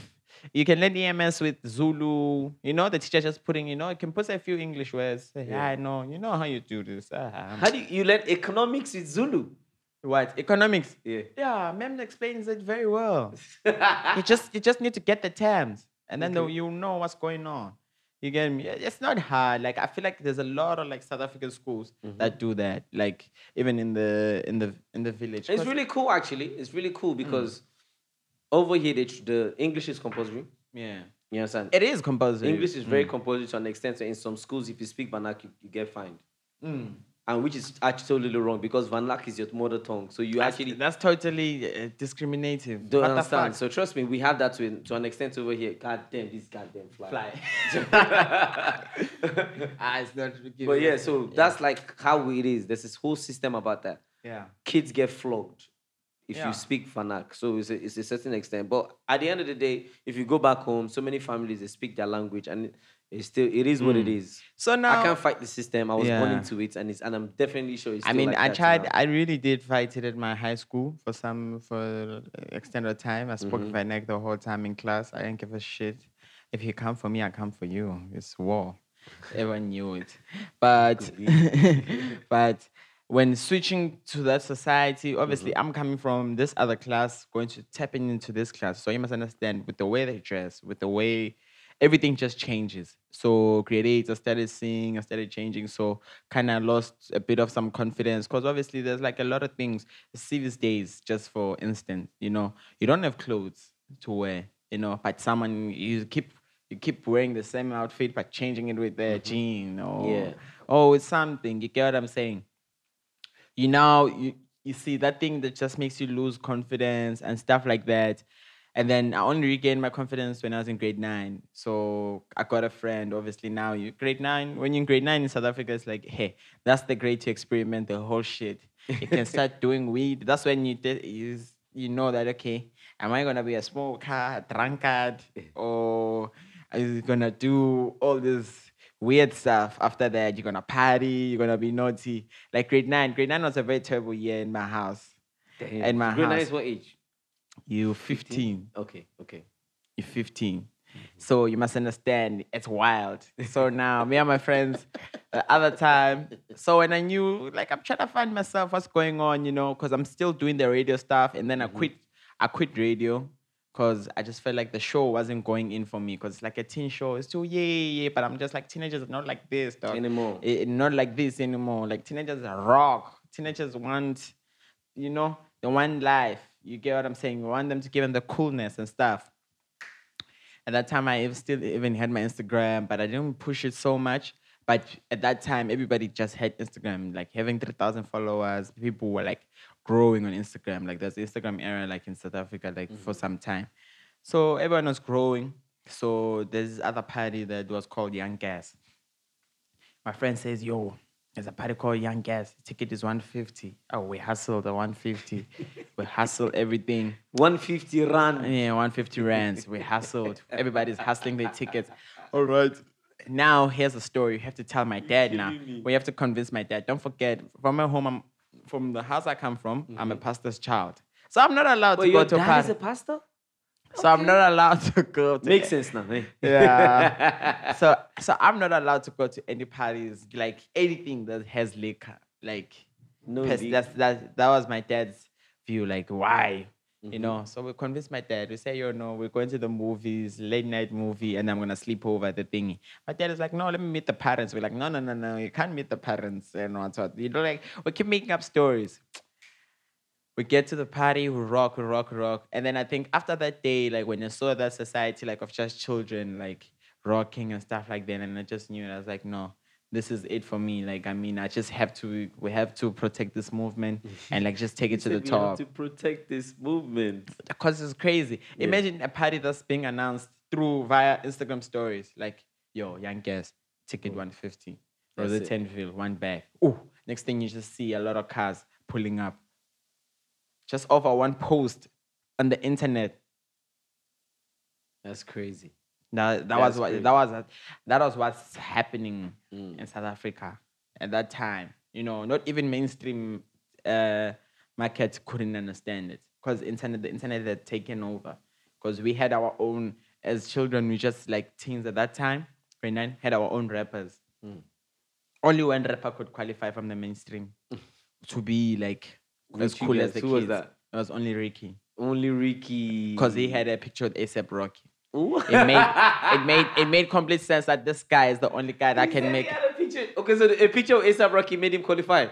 Speaker 2: you can learn EMS with Zulu. You know, the teacher just putting, you know, you can put a few English words. Say,
Speaker 1: Yeah.
Speaker 2: yeah, I know. You know how you do this. Ah,
Speaker 1: How do you, you learn economics with Zulu?
Speaker 2: what? Economics.
Speaker 1: Yeah.
Speaker 2: Yeah, Mem explains it very well. you just you just need to get the terms, and then the- you know what's going on. You get me? It- It's not hard. Like I feel like there's a lot of like South African schools
Speaker 1: Mm-hmm.
Speaker 2: that do that. Like even in the in the in the village.
Speaker 1: It's
Speaker 2: 'Cause-
Speaker 1: really cool, actually. It's really cool
Speaker 2: Mm.
Speaker 1: because over here, the, the English is compulsory.
Speaker 2: yeah.
Speaker 1: You understand?
Speaker 2: It is compulsory.
Speaker 1: English is very compulsory to an extent. So in some schools, if you speak Banach, you, you get fined.
Speaker 2: Mm.
Speaker 1: and which is actually totally wrong because Van Lak is your mother tongue. So you
Speaker 2: That's-
Speaker 1: actually
Speaker 2: that's totally uh, discriminative.
Speaker 1: don't
Speaker 2: What the
Speaker 1: understand.
Speaker 2: fuck?
Speaker 1: So trust me, we have that to, an- to an extent over here. God damn, this goddamn fly.
Speaker 2: ah, it's not.
Speaker 1: but yeah, so that's like how it is. There's this whole system about that.
Speaker 2: yeah.
Speaker 1: Kids get flogged if
Speaker 2: Yeah.
Speaker 1: you speak Fanak. So it's a, it's a certain extent. But at the end of the day, if you go back home, so many families they speak their language and it's still it is what it is.
Speaker 2: So now
Speaker 1: I can't fight the system. I was born
Speaker 2: Yeah.
Speaker 1: into it, and it's and I'm definitely sure it's.
Speaker 2: I
Speaker 1: still
Speaker 2: mean,
Speaker 1: like
Speaker 2: I
Speaker 1: that
Speaker 2: tried.
Speaker 1: now.
Speaker 2: I really did fight it at my high school for some for extended time. I
Speaker 1: Mm-hmm.
Speaker 2: spoke my neck the whole time in class. I didn't give a shit. If you come for me, I come for you. It's war. Everyone knew it, but but when switching to that society, obviously
Speaker 1: Mm-hmm.
Speaker 2: I'm coming from this other class, going to tapping into this class. So you must understand with the way they dress, with the way everything just changes. So creates, I started seeing, I started changing. So kind of lost a bit of some confidence because obviously there's like a lot of things. See these days, just for instance, you know, you don't have clothes to wear, you know, but someone you keep you keep wearing the same outfit but changing it with their jean or
Speaker 1: Yeah.
Speaker 2: oh it's something. You get what I'm saying? you now you, you see that thing that just makes you lose confidence and stuff like that and then i only regained my confidence when i was in grade 9 so i got a friend obviously now you grade 9 when you're in grade 9 in south africa it's like hey that's the grade to experiment the whole shit you can start doing weed that's when you did you, s- you know that okay am i gonna be a smoker a drunkard or is gonna do all this weird stuff after that. You're gonna party, you're gonna be naughty. Like grade nine, grade nine was a very terrible year in my house.
Speaker 1: Damn.
Speaker 2: at my
Speaker 1: Grade nine
Speaker 2: house.
Speaker 1: is what age?
Speaker 2: You 15,
Speaker 1: Okay, okay.
Speaker 2: you 15. So you must understand, it's wild. So now me and my friends, the other time. So when I knew, like I'm trying to find myself, what's going on, you know, because I'm still doing the radio stuff, and then I quit. I quit radio because I just felt like the show wasn't going in for me because it's like a teen show. It's too yeah, yeah, yeah, but I'm just like teenagers are not like this, dog.
Speaker 1: Anymore.
Speaker 2: Eh, not like this anymore. Like teenagers are rock. Teenagers want, you know, the one life. You get what I'm saying? You want them to give them the coolness and stuff. At that time, I ev- still even had my Instagram, but I didn't push it so much. But at that time, everybody just had Instagram, like having 3,000 followers. People were like growing on Instagram. Like there's the Instagram era, like in South Africa, like for some time. So everyone was growing. So there's this other party that was called Young Gas my friend says, yo, there's a party called Young Gas. Ticket is 150. Oh, we hustle the 150. we hustle everything.
Speaker 1: 150 rand.
Speaker 2: Yeah, 150 rands. We hustled. Everybody's hustling their tickets. All right. Now here's the story. You have to tell my dad now. We have to convince my dad. Don't forget, from my home, I'm, from the house I come from, I'm a pastor's child. So I'm not allowed
Speaker 1: But
Speaker 2: to go
Speaker 1: Mm-hmm. your
Speaker 2: to a
Speaker 1: dad is
Speaker 2: party.
Speaker 1: a pastor?
Speaker 2: so I'm not allowed to go to
Speaker 1: Makes sense now. Eh?
Speaker 2: yeah. so so I'm not allowed to go to any parties, like anything that has liquor. Like
Speaker 1: No
Speaker 2: pers-
Speaker 1: liquor.
Speaker 2: that's that that was my dad's view. Like why? You know, so we convinced my dad. We say, you know, we're going to the movies, late night movie, and I'm gonna sleep over at the thingy. My dad is like, no, let me meet the parents. We're like, no, no, no, no, you can't meet the parents and what's what. You know, like we keep making up stories. We get to the party, we rock, we rock, we rock. And then I think after that day, like when I saw that society like of just children like rocking and stuff like that, and I just knew it, I was like, no, this is it for me. Like, I mean, I just have to we have to protect this movement and like just take it to the
Speaker 1: Said we have
Speaker 2: top.
Speaker 1: To protect this movement.
Speaker 2: Because it's crazy. Imagine a party that's being announced through via Instagram stories. Like, yo, young guest, ticket 150.
Speaker 1: Mm. That's
Speaker 2: Rose
Speaker 1: it.
Speaker 2: Tenfield, one bag. Ooh, next thing you just see a lot of cars pulling up. Just over one post on the internet.
Speaker 1: That's crazy.
Speaker 2: That, that
Speaker 1: That's
Speaker 2: was what
Speaker 1: crazy. Mm.
Speaker 2: that was that was what's happening in South Africa at that time. You know, not even mainstream uh, market couldn't understand it because internet the internet had taken over. Because we had our own as children, we just like teens at that time. Grade nine had our own rappers.
Speaker 1: Mm.
Speaker 2: Only one rapper could qualify from the mainstream to be like as
Speaker 1: With you
Speaker 2: cool
Speaker 1: guys,
Speaker 2: as the
Speaker 1: who
Speaker 2: kids.
Speaker 1: was that? Mm.
Speaker 2: It was only Ricky
Speaker 1: Only Ricky.
Speaker 2: because he had a picture of ASAP Rocky.
Speaker 1: Ooh.
Speaker 2: It made it made it made complete sense that this guy is the only guy that
Speaker 1: He
Speaker 2: can
Speaker 1: said
Speaker 2: make
Speaker 1: he had a picture. Okay, so the, a picture of ASAP Rocky made him qualify.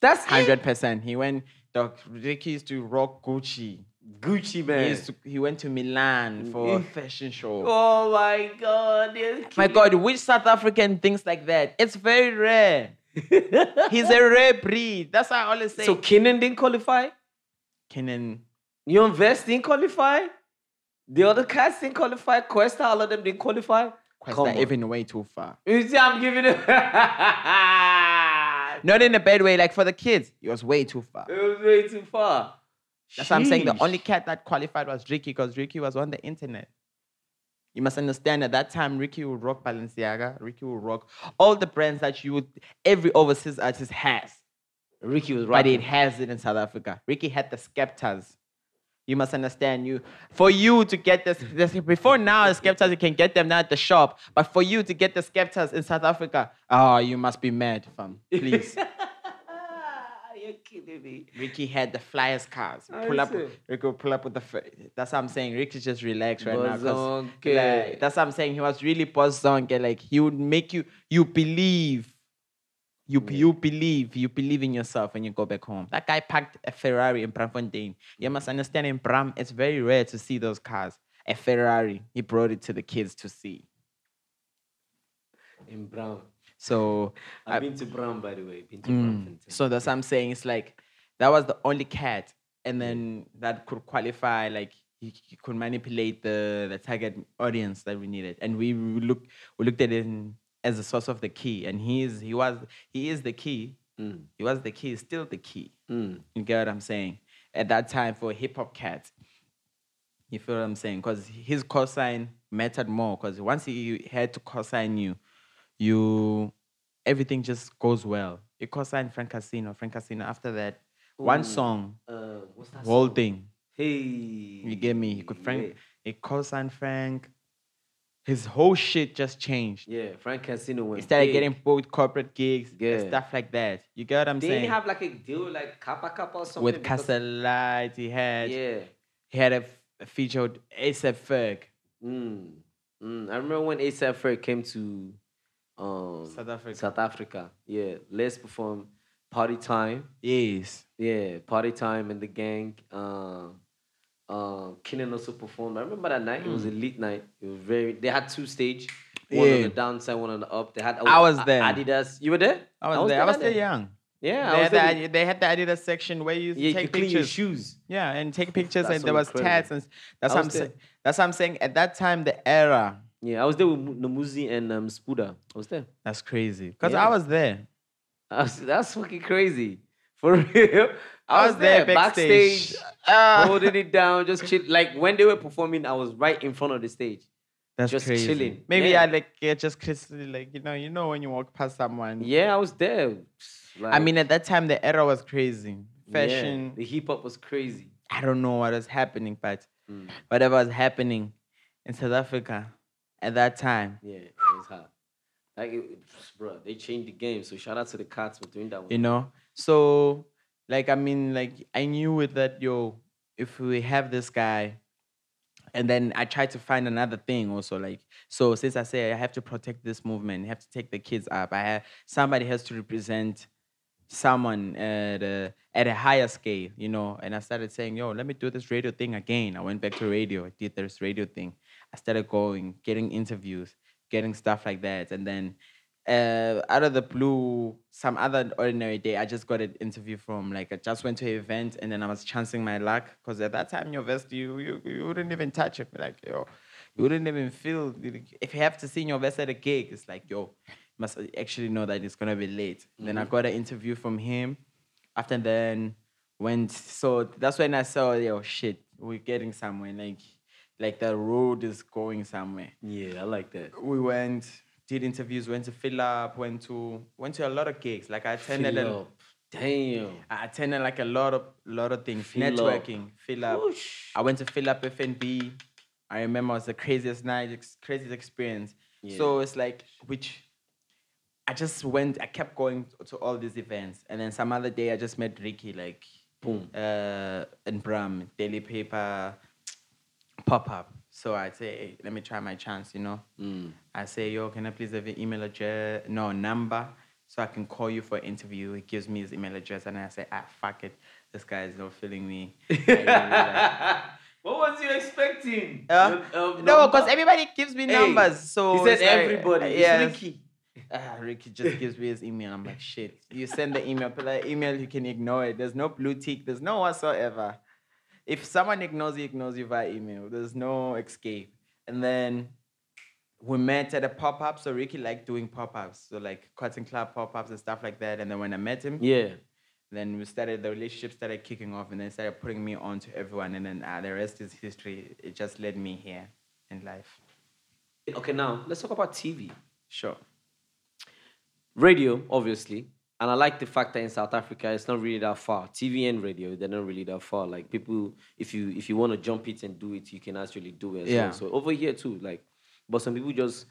Speaker 1: That's it.
Speaker 2: hundred percent. He went. Doc Ricky used to rock Gucci.
Speaker 1: Gucci
Speaker 2: He,
Speaker 1: man.
Speaker 2: used to, he went to Milan for a
Speaker 1: Eh.
Speaker 2: fashion show.
Speaker 1: oh my god. yes,
Speaker 2: My
Speaker 1: kid.
Speaker 2: God, which South African thinks like that? It's very rare. He's a rare breed. That's what I always say.
Speaker 1: so Kenan didn't qualify.
Speaker 2: Kenan,
Speaker 1: Your Vest didn't qualify. The other cats didn't qualify. Questa, all of them didn't qualify. Come
Speaker 2: Questa
Speaker 1: on.
Speaker 2: even way too far.
Speaker 1: You see, I'm giving it. it
Speaker 2: Not in a bad way, like for the kids, it was way too far.
Speaker 1: was way too far.
Speaker 2: That's what I'm saying. The
Speaker 1: Sheesh.
Speaker 2: only cat that qualified was Ricky because Ricky was on the internet. You must understand at that time, Ricky would rock Balenciaga, Ricky would rock all the brands that you would, every overseas artist has,
Speaker 1: Ricky was
Speaker 2: but it
Speaker 1: right.
Speaker 2: has it in South Africa. Ricky had the Skeptas. You must understand you for you to get this, this before now the Skeptas you can get them now at the shop, but for you to get the Skeptas in South Africa, oh you must be mad, fam. Please.
Speaker 1: You're kidding me.
Speaker 2: Ricky had the flyers cars.
Speaker 1: I
Speaker 2: Pull up,
Speaker 1: see.
Speaker 2: Ricky would pull up with the. Fr- that's what I'm saying. Ricky just relaxed right now. 'cause,
Speaker 1: Bazonke.
Speaker 2: like, that's what I'm saying. He was really Bozonke. Like he would make you you believe. You, you believe you believe in yourself when you go back home. That guy packed a Ferrari in Bramfontein. You must understand in Bram, it's very rare to see those cars. A Ferrari, he brought it to the kids to see.
Speaker 1: In Brown.
Speaker 2: So I-
Speaker 1: I've been to Brown, by the way. Been to
Speaker 2: Mm.
Speaker 1: Brown.
Speaker 2: So that's what I'm saying. It's like that was the only cat, and then that could qualify. Like he, he could manipulate the the target audience that we needed, and we we look we looked at him as a source of the key, and he is he was he is the key.
Speaker 1: Mm.
Speaker 2: He was the key. He's still the key.
Speaker 1: Mm.
Speaker 2: You get what I'm saying? At that time for hip hop cat. You feel what I'm saying? Because his cosign mattered more. Because once he had to cosign you, you everything just goes well. He cosigned Frank Casino. Frank Casino after that, one
Speaker 1: Ooh.
Speaker 2: song,
Speaker 1: Uh, what's that?
Speaker 2: whole
Speaker 1: song?
Speaker 2: thing.
Speaker 1: Hey.
Speaker 2: You get me? He could Frank
Speaker 1: Yeah.
Speaker 2: he cosigned Frank. His whole shit just changed.
Speaker 1: Yeah, Frank Casino went.
Speaker 2: He started
Speaker 1: big.
Speaker 2: getting booked with corporate gigs and
Speaker 1: Yeah.
Speaker 2: stuff like that. You get what I'm
Speaker 1: They
Speaker 2: saying?
Speaker 1: didn't have like a deal with, like Kappa Kappa or something.
Speaker 2: with
Speaker 1: because-
Speaker 2: Castellite, he had
Speaker 1: Yeah.
Speaker 2: he had a, f- a feature with ASAP Ferg,
Speaker 1: Mm. Mm. I remember when ASAP Ferg came to um,
Speaker 2: South Africa.
Speaker 1: South Africa. Yeah, let's perform Party Time.
Speaker 2: Yes.
Speaker 1: Yeah, Party Time and the gang. Um, um, Kenan also performed. I remember that night. It was a
Speaker 2: Mm.
Speaker 1: lit night. It was very. They had two stage. One on
Speaker 2: Yeah.
Speaker 1: the downside, one on the up. They had.
Speaker 2: I was
Speaker 1: A-
Speaker 2: there.
Speaker 1: Adidas. You were there.
Speaker 2: I was, there. I was
Speaker 1: that
Speaker 2: still
Speaker 1: day.
Speaker 2: young.
Speaker 1: Yeah, I
Speaker 2: they,
Speaker 1: was
Speaker 2: had
Speaker 1: there.
Speaker 2: the, Adi- they had the Adidas section where you
Speaker 1: yeah, you
Speaker 2: take
Speaker 1: could clean your
Speaker 2: pictures.
Speaker 1: shoes.
Speaker 2: Yeah, and take pictures,
Speaker 1: That's
Speaker 2: and
Speaker 1: so
Speaker 2: there was
Speaker 1: incredible.
Speaker 2: tats, and s- that's
Speaker 1: I
Speaker 2: what I'm
Speaker 1: was
Speaker 2: saying.
Speaker 1: there.
Speaker 2: That's what I'm saying. At that time, the era.
Speaker 1: Yeah, I was there with Mu- Namuzi and um, Spuda. I was there.
Speaker 2: That's crazy. Because
Speaker 1: Yeah.
Speaker 2: I was there.
Speaker 1: I was- that's fucking crazy. For real. I, was, there, backstage,
Speaker 2: Ah,
Speaker 1: holding it down, just chill. Like when they were performing, I was right in front of the stage.
Speaker 2: that's
Speaker 1: just
Speaker 2: crazy.
Speaker 1: chilling.
Speaker 2: Maybe
Speaker 1: Yeah.
Speaker 2: I like yeah, just crisply, like you know, you know when you walk past someone.
Speaker 1: Yeah, I was there. Like,
Speaker 2: I mean, at that time, the era was crazy.
Speaker 1: yeah,
Speaker 2: Fashion.
Speaker 1: the hip hop was crazy.
Speaker 2: I don't know what was happening, but
Speaker 1: Mm.
Speaker 2: whatever was happening in South Africa at that time,
Speaker 1: Yeah, it was hot. Like, it, it- bro, they changed the game. So shout out to the cats for doing that one.
Speaker 2: you know? So, like, I mean, like, I knew it that, yo, if we have this guy, and then I tried to find another thing also, like, so since I say I have to protect this movement, I have to take the kids up, I have, somebody has to represent someone at a, at a higher scale, you know. And I started saying, yo, let me do this radio thing again. I went back to radio. I did this radio thing. I started going, getting interviews, getting stuff like that. And then uh, out of the blue, some other ordinary day, I just got an interview from like I just went to an event and then I was chancing my luck because at that time your vest you you, you wouldn't even touch it like yo, you wouldn't even feel if you have to see your vest at a gig it's like yo, you must actually know that it's gonna be late. Then I got an interview from him. After then went so that's when I saw yo shit we're getting somewhere like like the road is going somewhere
Speaker 1: Yeah, I like that.
Speaker 2: we went, did interviews, went to fill up, went to went to a lot of gigs. Like I attended,
Speaker 1: Fill
Speaker 2: a,
Speaker 1: up. Damn.
Speaker 2: I attended like a lot of lot of things,
Speaker 1: Fill up.
Speaker 2: networking, fill up.
Speaker 1: Whoosh.
Speaker 2: I went to fill up FNB. I remember it was the craziest night, ex- craziest experience.
Speaker 1: Yeah.
Speaker 2: So it's like which. I just went. I kept going to all these events, and then some other day I just met Ricky, like
Speaker 1: Boom.
Speaker 2: uh, and Bram, Daily Paper, pop up. So I say, hey, let me try my chance, you know.
Speaker 1: Mm.
Speaker 2: I say, yo, can I please have your email address? No, number. So I can call you for an interview. He gives me his email address and I say, ah, fuck it. This guy is not feeling me. I really like-
Speaker 1: what was you expecting?
Speaker 2: Huh?
Speaker 1: Your, um,
Speaker 2: no,
Speaker 1: number?
Speaker 2: because everybody gives me
Speaker 1: Hey,
Speaker 2: numbers. So
Speaker 1: he said
Speaker 2: it's like-
Speaker 1: everybody. It's
Speaker 2: yes.
Speaker 1: Ricky.
Speaker 2: ah, Ricky just gives me his email. I'm like, shit. You send the email, but like, email you can ignore it. There's no blue tick. There's no whatsoever. If someone ignores you, ignores you via email. There's no escape. And then we met at a pop up. So Ricky liked doing pop ups, so like cotton club pop ups and stuff like that. And then when I met him,
Speaker 1: Yeah.
Speaker 2: then we started the relationship started kicking off, and then started putting me on to everyone. And then uh, the rest is history. It just led me here in life.
Speaker 1: Okay, now let's talk about TV.
Speaker 2: Sure.
Speaker 1: radio, obviously. And I like the fact that in South Africa it's not really that far. TV and radio, they're not really that far. Like people, if you if you want to jump it and do it, you can actually do it. as well.
Speaker 2: Yeah.
Speaker 1: So over here too, like, but some people just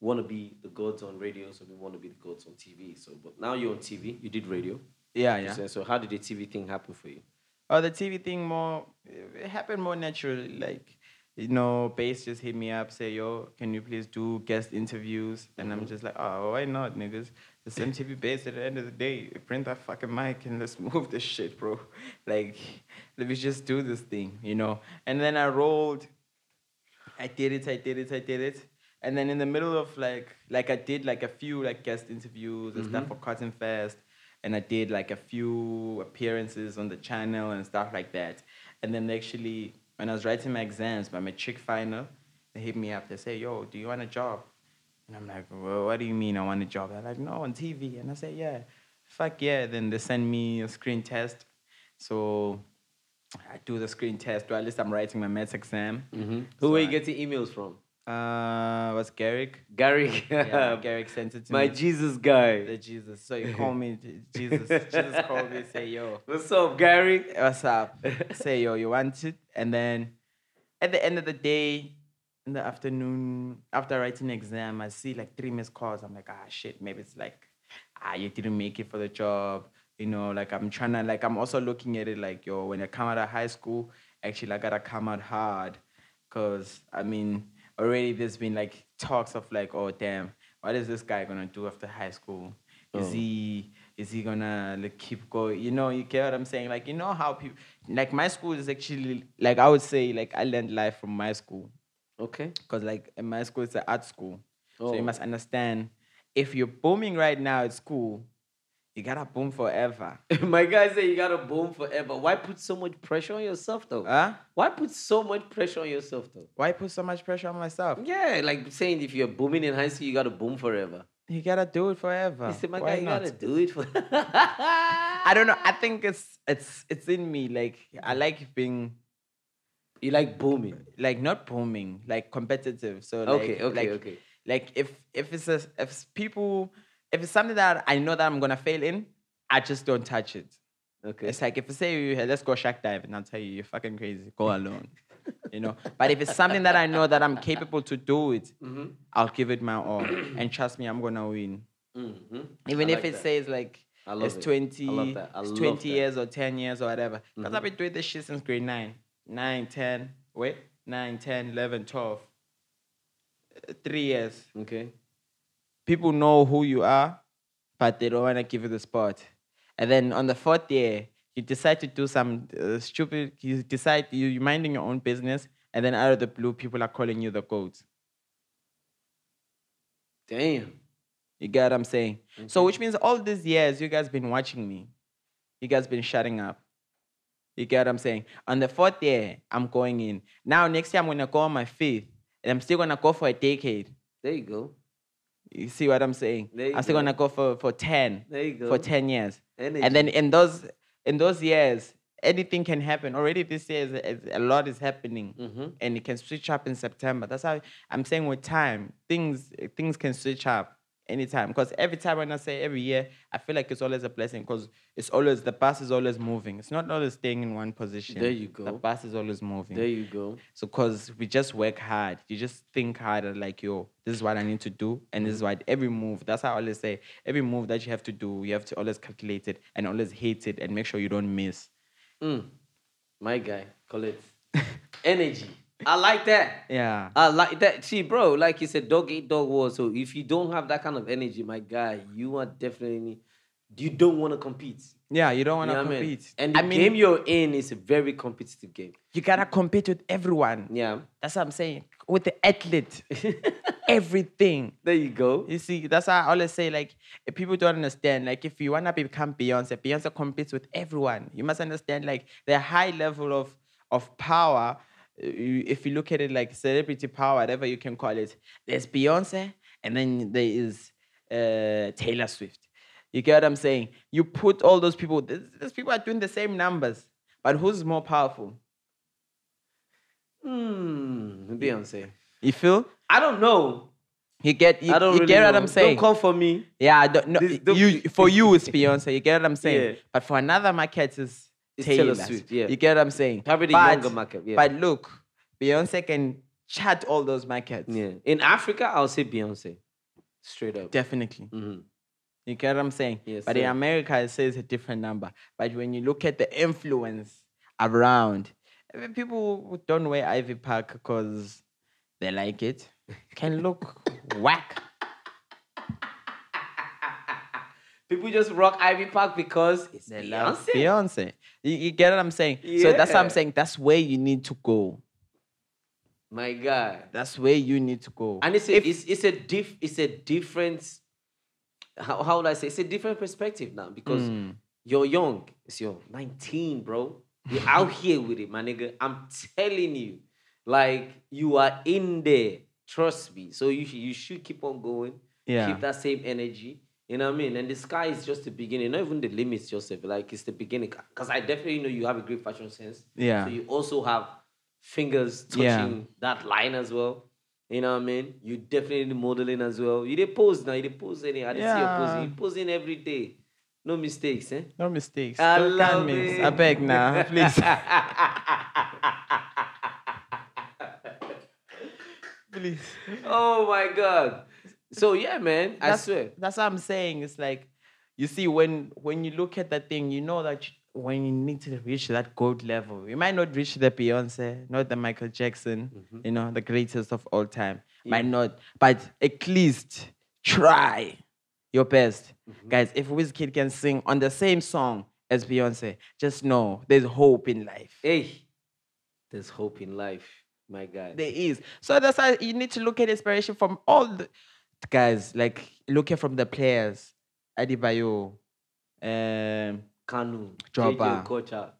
Speaker 1: want to be the gods on radio, some people want to be the gods on TV. So, but now you're on TV, you did radio.
Speaker 2: Yeah, yeah.
Speaker 1: So how did the TV thing happen for you?
Speaker 2: Oh, the TV thing more it happened more naturally. Like, you know, Bass just hit me up, say, "Yo, can you please do guest interviews?" And I'm just like, "Oh, why not, niggas? The same TV Bass. At the end of the day, print that fucking mic and let's move this shit, bro. Like, let me just do this thing, you know." And then I rolled. I did it, I did it, I did it. And then in the middle of like like I did like a few like guest interviews and stuff for Cotton Fest. And I did like a few appearances on the channel and stuff like that. And then actually when I was writing my exams, my matric final, they hit me up. They say, Yo, do you want a job? And I'm like, Well, what do you mean I want a job? They're like, No, on TV. And I say, Yeah, fuck yeah. Then they send me a screen test. So I do the screen test, or at least I'm writing my maths exam.
Speaker 1: Who were you
Speaker 2: Mm-hmm. So I-
Speaker 1: getting emails from?
Speaker 2: uh, was Garrick?
Speaker 1: Gary,
Speaker 2: Yeah, Garrick sent it to
Speaker 1: my
Speaker 2: me.
Speaker 1: Jesus guy.
Speaker 2: the Jesus. So you call me J- Jesus. Jesus called me, say yo,
Speaker 1: What's up, Gary?
Speaker 2: what's up? Say yo, you want it? And then at the end of the day, in the afternoon, after writing exam, I see like three missed calls. I'm like, ah, shit. Maybe it's like, ah, you didn't make it for the job. You know, like I'm trying to like I'm also looking at it like yo, when I come out of high school, actually I gotta come out hard, cause I mean already there's been like talks of like, oh damn, what is this guy gonna do after high school? Is
Speaker 1: Oh.
Speaker 2: he is he gonna like, keep going? You know, you get what I'm saying? Like you know how people like my school is actually like I would say like I learned life from my school
Speaker 1: Okay.
Speaker 2: because like in my school it's an art school so
Speaker 1: Oh.
Speaker 2: you must understand if you're booming right now at school you gotta boom forever
Speaker 1: My guy said you gotta boom forever. Why put so much pressure on yourself though?
Speaker 2: huh
Speaker 1: Why put so much pressure on yourself though?
Speaker 2: why put so much pressure on myself
Speaker 1: Yeah, like saying if you're booming in high school, you gotta boom forever.
Speaker 2: you gotta do it forever
Speaker 1: He said, my
Speaker 2: why
Speaker 1: guy, you
Speaker 2: not
Speaker 1: gotta do it for.
Speaker 2: i don't know i think it's it's it's in me like i like being
Speaker 1: you like booming.
Speaker 2: like not booming like competitive so like,
Speaker 1: Okay, okay,
Speaker 2: like,
Speaker 1: okay.
Speaker 2: like if if it's a, if it's people if it's something that i know that i'm gonna fail in i just don't touch it
Speaker 1: Okay.
Speaker 2: It's like if you say you, "Hey, let's go shark dive, and I'll tell you you're fucking crazy. Go alone. you know. But if it's something that I know that I'm capable to do it,
Speaker 1: Mm-hmm.
Speaker 2: I'll give it my all. and trust me, I'm gonna win.
Speaker 1: Mm-hmm.
Speaker 2: Even if it says like
Speaker 1: I love
Speaker 2: it's
Speaker 1: it. I
Speaker 2: 20,
Speaker 1: love that. I
Speaker 2: it's
Speaker 1: love
Speaker 2: 20
Speaker 1: that.
Speaker 2: years or 10 years or whatever. Because
Speaker 1: Mhm.
Speaker 2: I've been doing this shit since grade 9, 9, 10, wait, 9, 10, 11, 12. Uh, Three years.
Speaker 1: Okay.
Speaker 2: People know who you are, but they don't want to give you the spot. And then on the fourth year, you decide to do some uh, stupid, you decide you, you're minding your own business, and then out of the blue, people are calling you the goat.
Speaker 1: Damn.
Speaker 2: You get what I'm saying? So, which means all these years, you guys been watching me. You guys been shutting up. You get what I'm saying? On the fourth year, I'm going in. Now, next year, I'm going to go on my fifth, and I'm still going to go for a decade.
Speaker 1: There you go.
Speaker 2: You see what I'm saying?
Speaker 1: There you
Speaker 2: I'm still
Speaker 1: go.
Speaker 2: going to go for, for 10,
Speaker 1: There you go.
Speaker 2: for 10 years.
Speaker 1: Energy.
Speaker 2: and then in those in those years anything can happen already this year is, is- a lot is happening
Speaker 1: Mm-hmm.
Speaker 2: and it can switch up in september that's how i'm saying with time things things can switch up anytime because every time when i say every year i feel like it's always a blessing because it's always the bus is always moving it's not always staying in one position
Speaker 1: There you
Speaker 2: the
Speaker 1: go.
Speaker 2: bus is always moving
Speaker 1: There you go.
Speaker 2: so, cause we just work hard, you just think harder. Like, yo, this is what I need to do, and this is
Speaker 1: Mm-hmm.
Speaker 2: what every move. That's how I always say, every move that you have to do, you have to always calculate it and always hit it and make sure you don't miss.
Speaker 1: Mm. My guy, Colette. Energy. I like that.
Speaker 2: Yeah,
Speaker 1: I like that. See, bro, like you said, dog eat dog world. So if you don't have that kind of energy, my guy, you are definitely you don't want to compete.
Speaker 2: yeah. You don't want
Speaker 1: You
Speaker 2: to
Speaker 1: know what I mean?
Speaker 2: compete.
Speaker 1: And the
Speaker 2: I mean,
Speaker 1: game you're in is a very competitive game.
Speaker 2: you gotta compete with everyone.
Speaker 1: Yeah.
Speaker 2: That's what I'm saying. with the athlete, everything.
Speaker 1: There you go.
Speaker 2: You see, that's why I always say, like, if people don't understand, like, if you wanna become Beyonce, Beyonce competes with everyone. You must understand, like, the high level of of power. uh, you- If you look at it like celebrity power, whatever you can call it, there's Beyonce, and then there is uh, Taylor Swift. You get what I'm saying? You put all those people. th- These people are doing the same numbers, but who's more powerful?
Speaker 1: Hmm. Beyonce.
Speaker 2: You feel?
Speaker 1: I don't know.
Speaker 2: You get? You,
Speaker 1: I don't
Speaker 2: you
Speaker 1: really
Speaker 2: get what
Speaker 1: know.
Speaker 2: I'm saying?
Speaker 1: Don't come for me.
Speaker 2: Yeah, I don't know.
Speaker 1: This- don't-
Speaker 2: you for you it's Beyonce. You get what I'm saying?
Speaker 1: Yeah.
Speaker 2: But for another market it's,
Speaker 1: It's Taylor
Speaker 2: Taylor,
Speaker 1: Swift, yeah.
Speaker 2: You get what I'm saying?
Speaker 1: Probably the
Speaker 2: but,
Speaker 1: younger market, yeah.
Speaker 2: But look, Beyonce can chat all those markets.
Speaker 1: Yeah. In Africa, I'll say Beyonce. Straight up.
Speaker 2: Definitely.
Speaker 1: Mhm.
Speaker 2: You get what I'm saying?
Speaker 1: Yes,
Speaker 2: but in
Speaker 1: sir.
Speaker 2: America it says a different number. But when you look at the influence around, I mean, people who don't wear Ivy Park because they like it can look whack.
Speaker 1: People just rock Ivy Park because it's
Speaker 2: They
Speaker 1: Beyonce.
Speaker 2: love Beyonce. You, you get what I'm saying? So that's what
Speaker 1: Yeah.
Speaker 2: I'm saying. That's where you need to go.
Speaker 1: My God.
Speaker 2: That's where you need to go.
Speaker 1: And it's a, it's, it's a diff, it's a different. How, how would I say? It's a different perspective now because
Speaker 2: Hmm.
Speaker 1: you're young. It's your 19, bro. You're out here with it, my nigga. I'm telling you, like you are in there. Trust me. So you sh- you should keep on going.
Speaker 2: Yeah.
Speaker 1: Keep that same energy. You know what I mean? And the sky is just the beginning. Not even the limits, Joseph. Like it's the beginning. Because I definitely know you have a great fashion sense.
Speaker 2: Yeah.
Speaker 1: So you also have fingers touching
Speaker 2: Yeah.
Speaker 1: that line as well. You know what I mean? You definitely modeling as well. You did pose now. You did pose any. I didn't see your
Speaker 2: Yeah.
Speaker 1: posing. You posing every day. No mistakes, eh?
Speaker 2: no mistakes.
Speaker 1: I
Speaker 2: Don't
Speaker 1: love
Speaker 2: come in.
Speaker 1: it.
Speaker 2: I beg now, please. please.
Speaker 1: Oh my god. So yeah, man. I
Speaker 2: That's,
Speaker 1: swear.
Speaker 2: That's what I'm saying. It's like, you see, when when you look at that thing, you know that you- when you need to reach that gold level, you might not reach the Beyonce, not the Michael Jackson,
Speaker 1: Mm-hmm.
Speaker 2: you know, the greatest of all time. Might not, but at least try. your best.
Speaker 1: Mm-hmm.
Speaker 2: Guys, if Wizkid can sing on the same song as Beyonce, just know there's hope in life.
Speaker 1: Hey, there's hope in life. My God.
Speaker 2: There is. So that's why you need to look at inspiration from all the guys, like look at from the players. Adibayo. Um
Speaker 1: Kanu,
Speaker 2: Drogba.
Speaker 1: JJ Okocha,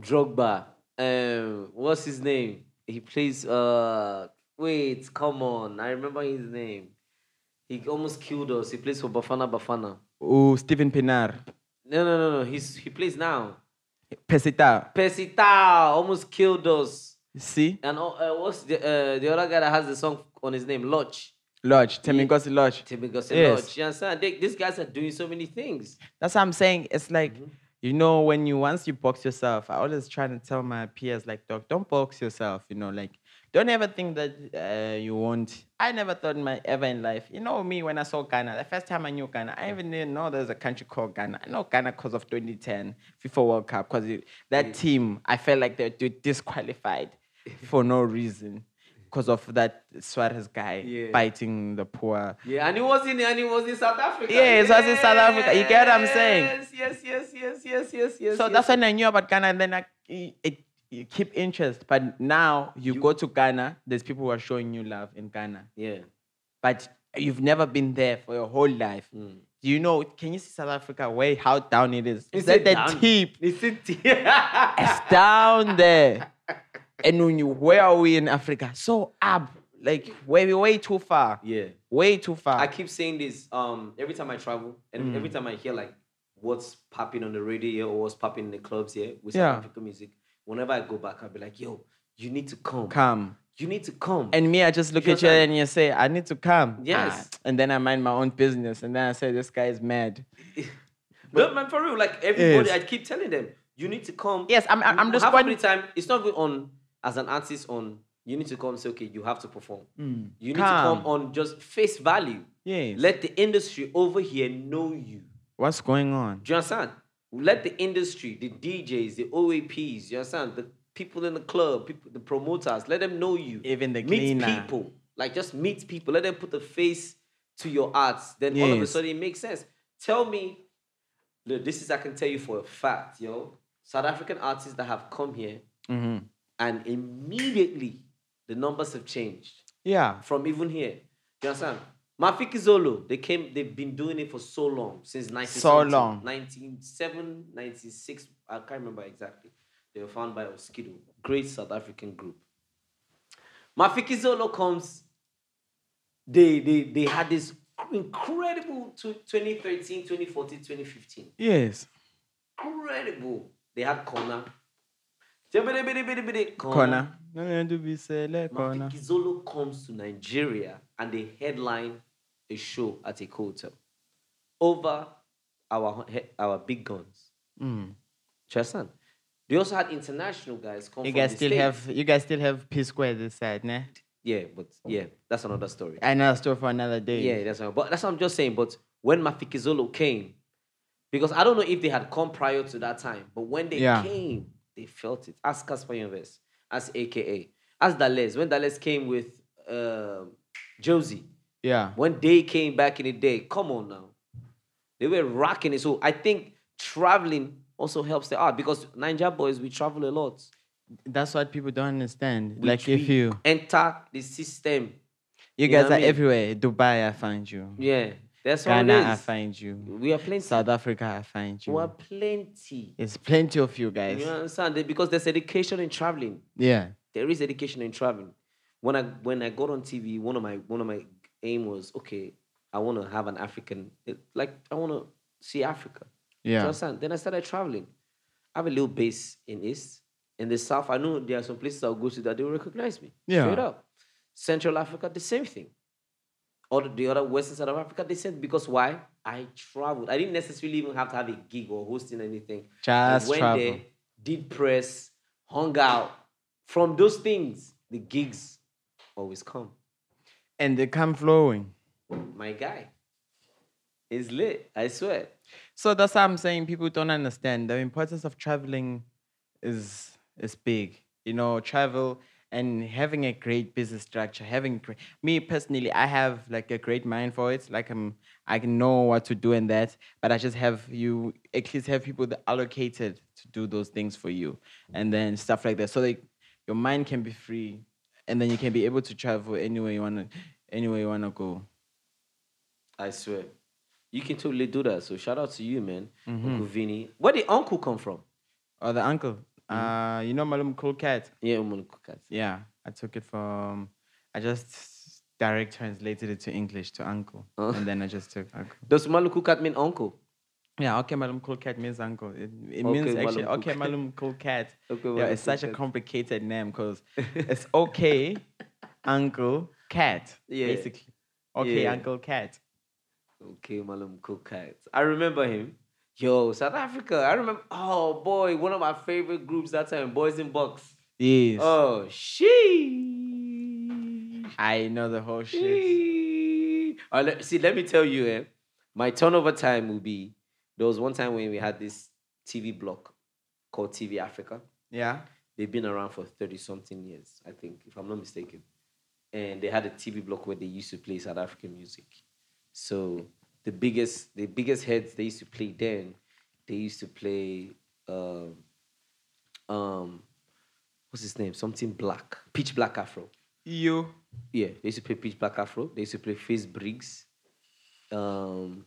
Speaker 1: Drogba. Um, what's his name? He plays. Uh, wait, come on. I remember his name. He almost killed us. He plays for Bafana Bafana.
Speaker 2: oh Steven Pinar.
Speaker 1: No, no, no, no. He's he plays now.
Speaker 2: Pesita.
Speaker 1: Pesita almost killed us.
Speaker 2: See?
Speaker 1: And uh, uh, what's the uh, the other guy that has the song on his name? Lodge.
Speaker 2: Lodge. Temingosi Lodge.
Speaker 1: Timigos
Speaker 2: Yes.
Speaker 1: Lodge. You understand? They, these guys are doing so many things.
Speaker 2: That's what I'm saying. It's like, you know, when you once you box yourself, I always try to tell my peers, like, dog, don't box yourself. You know, like, don't ever think that uh, you won't. I never thought in my ever in life. You know me when I saw Ghana. The first time I knew Ghana, I even didn't know there's a country called Ghana. I know Ghana because of 2010 FIFA World Cup because that team, I felt like they were disqualified for no reason because of that Suarez guy
Speaker 1: Yeah.
Speaker 2: biting the poor.
Speaker 1: Yeah, and he was in and he was in South Africa.
Speaker 2: Yeah, it was in South Africa. You get what I'm saying?
Speaker 1: Yes, yes, yes, yes, yes, yes, yes.
Speaker 2: So
Speaker 1: yes.
Speaker 2: that's when I knew about Ghana, and then I it, it- you keep interest. But now you, go to Ghana, there's people who are showing you love in Ghana,
Speaker 1: yeah.
Speaker 2: but you've never been there for your whole life.
Speaker 1: Hmm.
Speaker 2: Do you know? Can you see South Africa? Where how down it is? It's at
Speaker 1: it
Speaker 2: the
Speaker 1: down?
Speaker 2: tip.
Speaker 1: It's a tip.
Speaker 2: It's down there. And when you where are we in Africa? So up, like way way too far.
Speaker 1: yeah.
Speaker 2: Way too far.
Speaker 1: I keep saying this um every time I travel and
Speaker 2: Mm.
Speaker 1: every time I hear like what's popping on the radio here or what's popping in the clubs here with
Speaker 2: Yeah.
Speaker 1: South African music. Whenever I go back, I'll be like, yo, you need to come.
Speaker 2: Come.
Speaker 1: You need to come.
Speaker 2: And me, I just look at you
Speaker 1: Jonathan.
Speaker 2: and you say, I need to come.
Speaker 1: Yes.
Speaker 2: Ah, And then I mind my own business. And then I say, this guy is mad.
Speaker 1: no, man, for real, like everybody,
Speaker 2: Yes.
Speaker 1: I keep telling them, you need to come.
Speaker 2: Yes, I'm- I'm- I'm just
Speaker 1: half of the
Speaker 2: one-
Speaker 1: time. It's not going on as an artist on. You need to come. Say okay, you have to perform. You need
Speaker 2: Come.
Speaker 1: to come on just face value.
Speaker 2: Mm. Yes.
Speaker 1: Let the industry over here know you.
Speaker 2: What's going on?
Speaker 1: Do you understand? Let the industry, the DJs, the OAPs, you understand? The people in the club, people, the promoters, let them know you.
Speaker 2: Even the
Speaker 1: meet
Speaker 2: cleaner.
Speaker 1: people. Like just meet people. Let them put the face to your arts. Then all of a
Speaker 2: Yes.
Speaker 1: sudden it makes sense. Tell me, look, this is I can tell you for a fact,
Speaker 2: Mm-hmm.
Speaker 1: yo. South African artists that have come here and immediately the numbers have changed
Speaker 2: Yeah.
Speaker 1: from even here. Do you understand? Mafiki Zolo, they came, they've been doing it for so long, since 19
Speaker 2: So long.
Speaker 1: 97, 96, I can't remember exactly. They were found by Oskido, great South African group. Mafiki Zolo comes, they, they, they had this incredible tw- 2013, 2014, 2015
Speaker 2: Yes.
Speaker 1: incredible. They had corner. Jebedebedebedebede, Corner.
Speaker 2: Corner. No, no, do be sele corner.
Speaker 1: Mafiki Zolo comes to Nigeria and they headline a show at a hotel over our he- our big guns.
Speaker 2: Mm.
Speaker 1: Chesan. They also had international guys come.
Speaker 2: You
Speaker 1: from
Speaker 2: guys
Speaker 1: the
Speaker 2: still
Speaker 1: States.
Speaker 2: have you guys still have P Square this side, ne?
Speaker 1: yeah, but yeah, that's another story.
Speaker 2: Another story for another day.
Speaker 1: Yeah, that's what, but that's what I'm just saying. But when Mafiki Zolo came, because I don't know if they had come prior to that time, but when they
Speaker 2: Yeah.
Speaker 1: came, they felt it. Ask Casper Universe, as AKA, as Dales. When Dales came with um Josie,
Speaker 2: Yeah.
Speaker 1: when they came back in the day, come on now, they were rocking it. So I think traveling also helps the art because Niger boys we travel a lot.
Speaker 2: That's what people don't understand.
Speaker 1: We-
Speaker 2: like if
Speaker 1: we
Speaker 2: you
Speaker 1: enter the system,
Speaker 2: you
Speaker 1: you know
Speaker 2: guys
Speaker 1: what I
Speaker 2: are
Speaker 1: mean?
Speaker 2: everywhere. Dubai, I find you.
Speaker 1: yeah, that's how it
Speaker 2: Ghana, I
Speaker 1: is.
Speaker 2: find you.
Speaker 1: We are playing
Speaker 2: South Africa, I find you.
Speaker 1: We are plenty.
Speaker 2: It's plenty of you guys.
Speaker 1: You understand? They- Because there's education in traveling.
Speaker 2: Yeah.
Speaker 1: There is education in traveling. When I when I got on TV, one of my one of my aim was okay. I want to have an African it- like I want to see Africa. Do You
Speaker 2: Yeah.
Speaker 1: understand? Then I started traveling. I have a little base in East. In the South, I know there are some places I'll go to that they will recognize me.
Speaker 2: Yeah.
Speaker 1: Straight up. Central Africa, the same thing. All the- the other western side of Africa, they said because why? I traveled. I didn't necessarily even have to have a gig or hosting anything.
Speaker 2: Just
Speaker 1: I went
Speaker 2: travel.
Speaker 1: there, did press, hung out. From those things, the gigs always come.
Speaker 2: And they come flowing.
Speaker 1: My guy. It's lit, I swear.
Speaker 2: So that's what I'm saying. People don't understand the importance of traveling is is big. You know, travel and having a great business structure. Having gre- me personally, I have like a great mind for it. Like I'm, I can know what to do and that. But I just have you at least have people that allocated to do those things for you, and then stuff like that. So like your mind can be free, and then you can be able to travel anywhere you wanna, anywhere you wanna go.
Speaker 1: I swear. You can totally do that. So shout out to you, man.
Speaker 2: Mm-hmm.
Speaker 1: Uncle Vinny. Where did Uncle come from?
Speaker 2: Or the uncle, uh, you know, Malum Cool Cat.
Speaker 1: Yeah, Umun Kukat.
Speaker 2: Yeah, I took it from. I just direct translated it to English to uncle,
Speaker 1: Oh.
Speaker 2: and then I just took uncle.
Speaker 1: Does Malu Kukat mean uncle?
Speaker 2: Yeah, okay, malum cool cat means uncle. It, it
Speaker 1: Okay,
Speaker 2: means actually
Speaker 1: malum cool
Speaker 2: okay,
Speaker 1: cat.
Speaker 2: malum cool cat.
Speaker 1: Okay,
Speaker 2: yeah,
Speaker 1: malum
Speaker 2: it's
Speaker 1: cool
Speaker 2: such a
Speaker 1: cat.
Speaker 2: complicated name because it's okay, uncle cat.
Speaker 1: Yeah.
Speaker 2: basically, okay,
Speaker 1: Yeah.
Speaker 2: uncle cat.
Speaker 1: Okay, Malum Kukat. I remember him. Yo, South Africa. I remember. Oh boy, one of my favorite groups that time, Boys in Box.
Speaker 2: Yes,
Speaker 1: Oh, she.
Speaker 2: I know the whole shit.
Speaker 1: Eee. Uh, le- see, let me tell you, eh, my turnover time will be. There was one time when we had this TV block called TV Africa.
Speaker 2: Yeah,
Speaker 1: They've been around for 30 something years, I think, if I'm not mistaken. And they had a TV block where they used to play South African music. So the biggest, the biggest heads they used to play then, they used to play um, um what's his name? Something black. Pitch black afro.
Speaker 2: you.
Speaker 1: Yeah, they used to play Pitch Black Afro. They used to play Face Briggs. Um,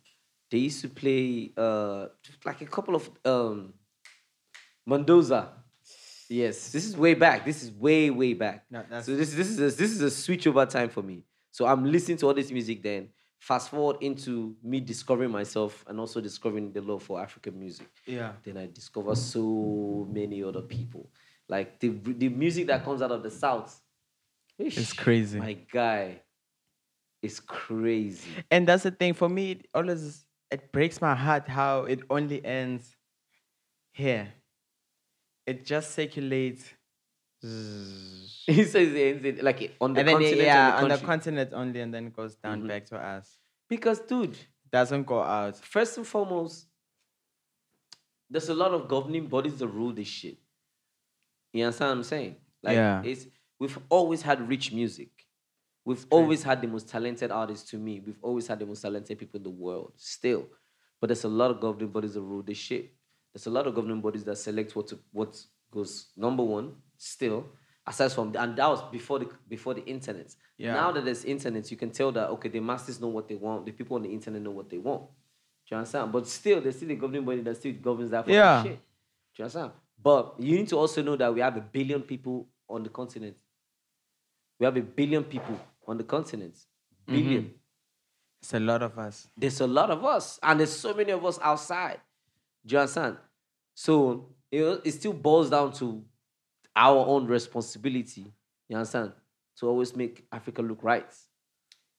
Speaker 1: they used to play uh, like a couple of um, Mendoza. Yes, this is way back. This is way way back.
Speaker 2: No, that's-
Speaker 1: so this this is a, this is a switch over time for me. So I'm listening to all this music then. Fast forward into me discovering myself and also discovering the love for African music
Speaker 2: Yeah,
Speaker 1: then I discover so many other people. Like the the music that comes out of the south. Ish,
Speaker 2: crazy.
Speaker 1: My guy. It's crazy.
Speaker 2: and that's the thing for me. It always it breaks my heart how it only ends here. It just circulates, zzz,
Speaker 1: he says it ends in- like on the
Speaker 2: and then it-
Speaker 1: continent. and
Speaker 2: yeah, on
Speaker 1: the
Speaker 2: the Mm-hmm.
Speaker 1: country.
Speaker 2: continent only, and then it goes down
Speaker 1: Mhm.
Speaker 2: back to us.
Speaker 1: because dude,
Speaker 2: Doesn't go out.
Speaker 1: first and foremost, there's a lot of governing bodies that rule this shit. You understand what I'm saying? Like
Speaker 2: Yeah.
Speaker 1: it's we've always had rich music. We've always had the most talented artists to me. We've always had the most talented people in the world still. But there's a lot of governing bodies that rule this shit. There's a lot of governing bodies that select what to, what goes number one still. Aside from and that was before the before the internet.
Speaker 2: Yeah.
Speaker 1: Now that there's internet, you can tell that okay, the masses know what they want. The people on the internet know what they want. Do you understand? But still, there's still a governing body that still governs that fucking
Speaker 2: Yeah.
Speaker 1: shit. Do you understand? But you need to also know that we have a billion people on the continent. We have a billion people on the continent. 1000000000
Speaker 2: Mm-hmm. It's a lot of us.
Speaker 1: there's a lot of us, and there's so many of us outside. Do you understand? So you know, it still boils down to our own responsibility. You understand? To always make Africa look right.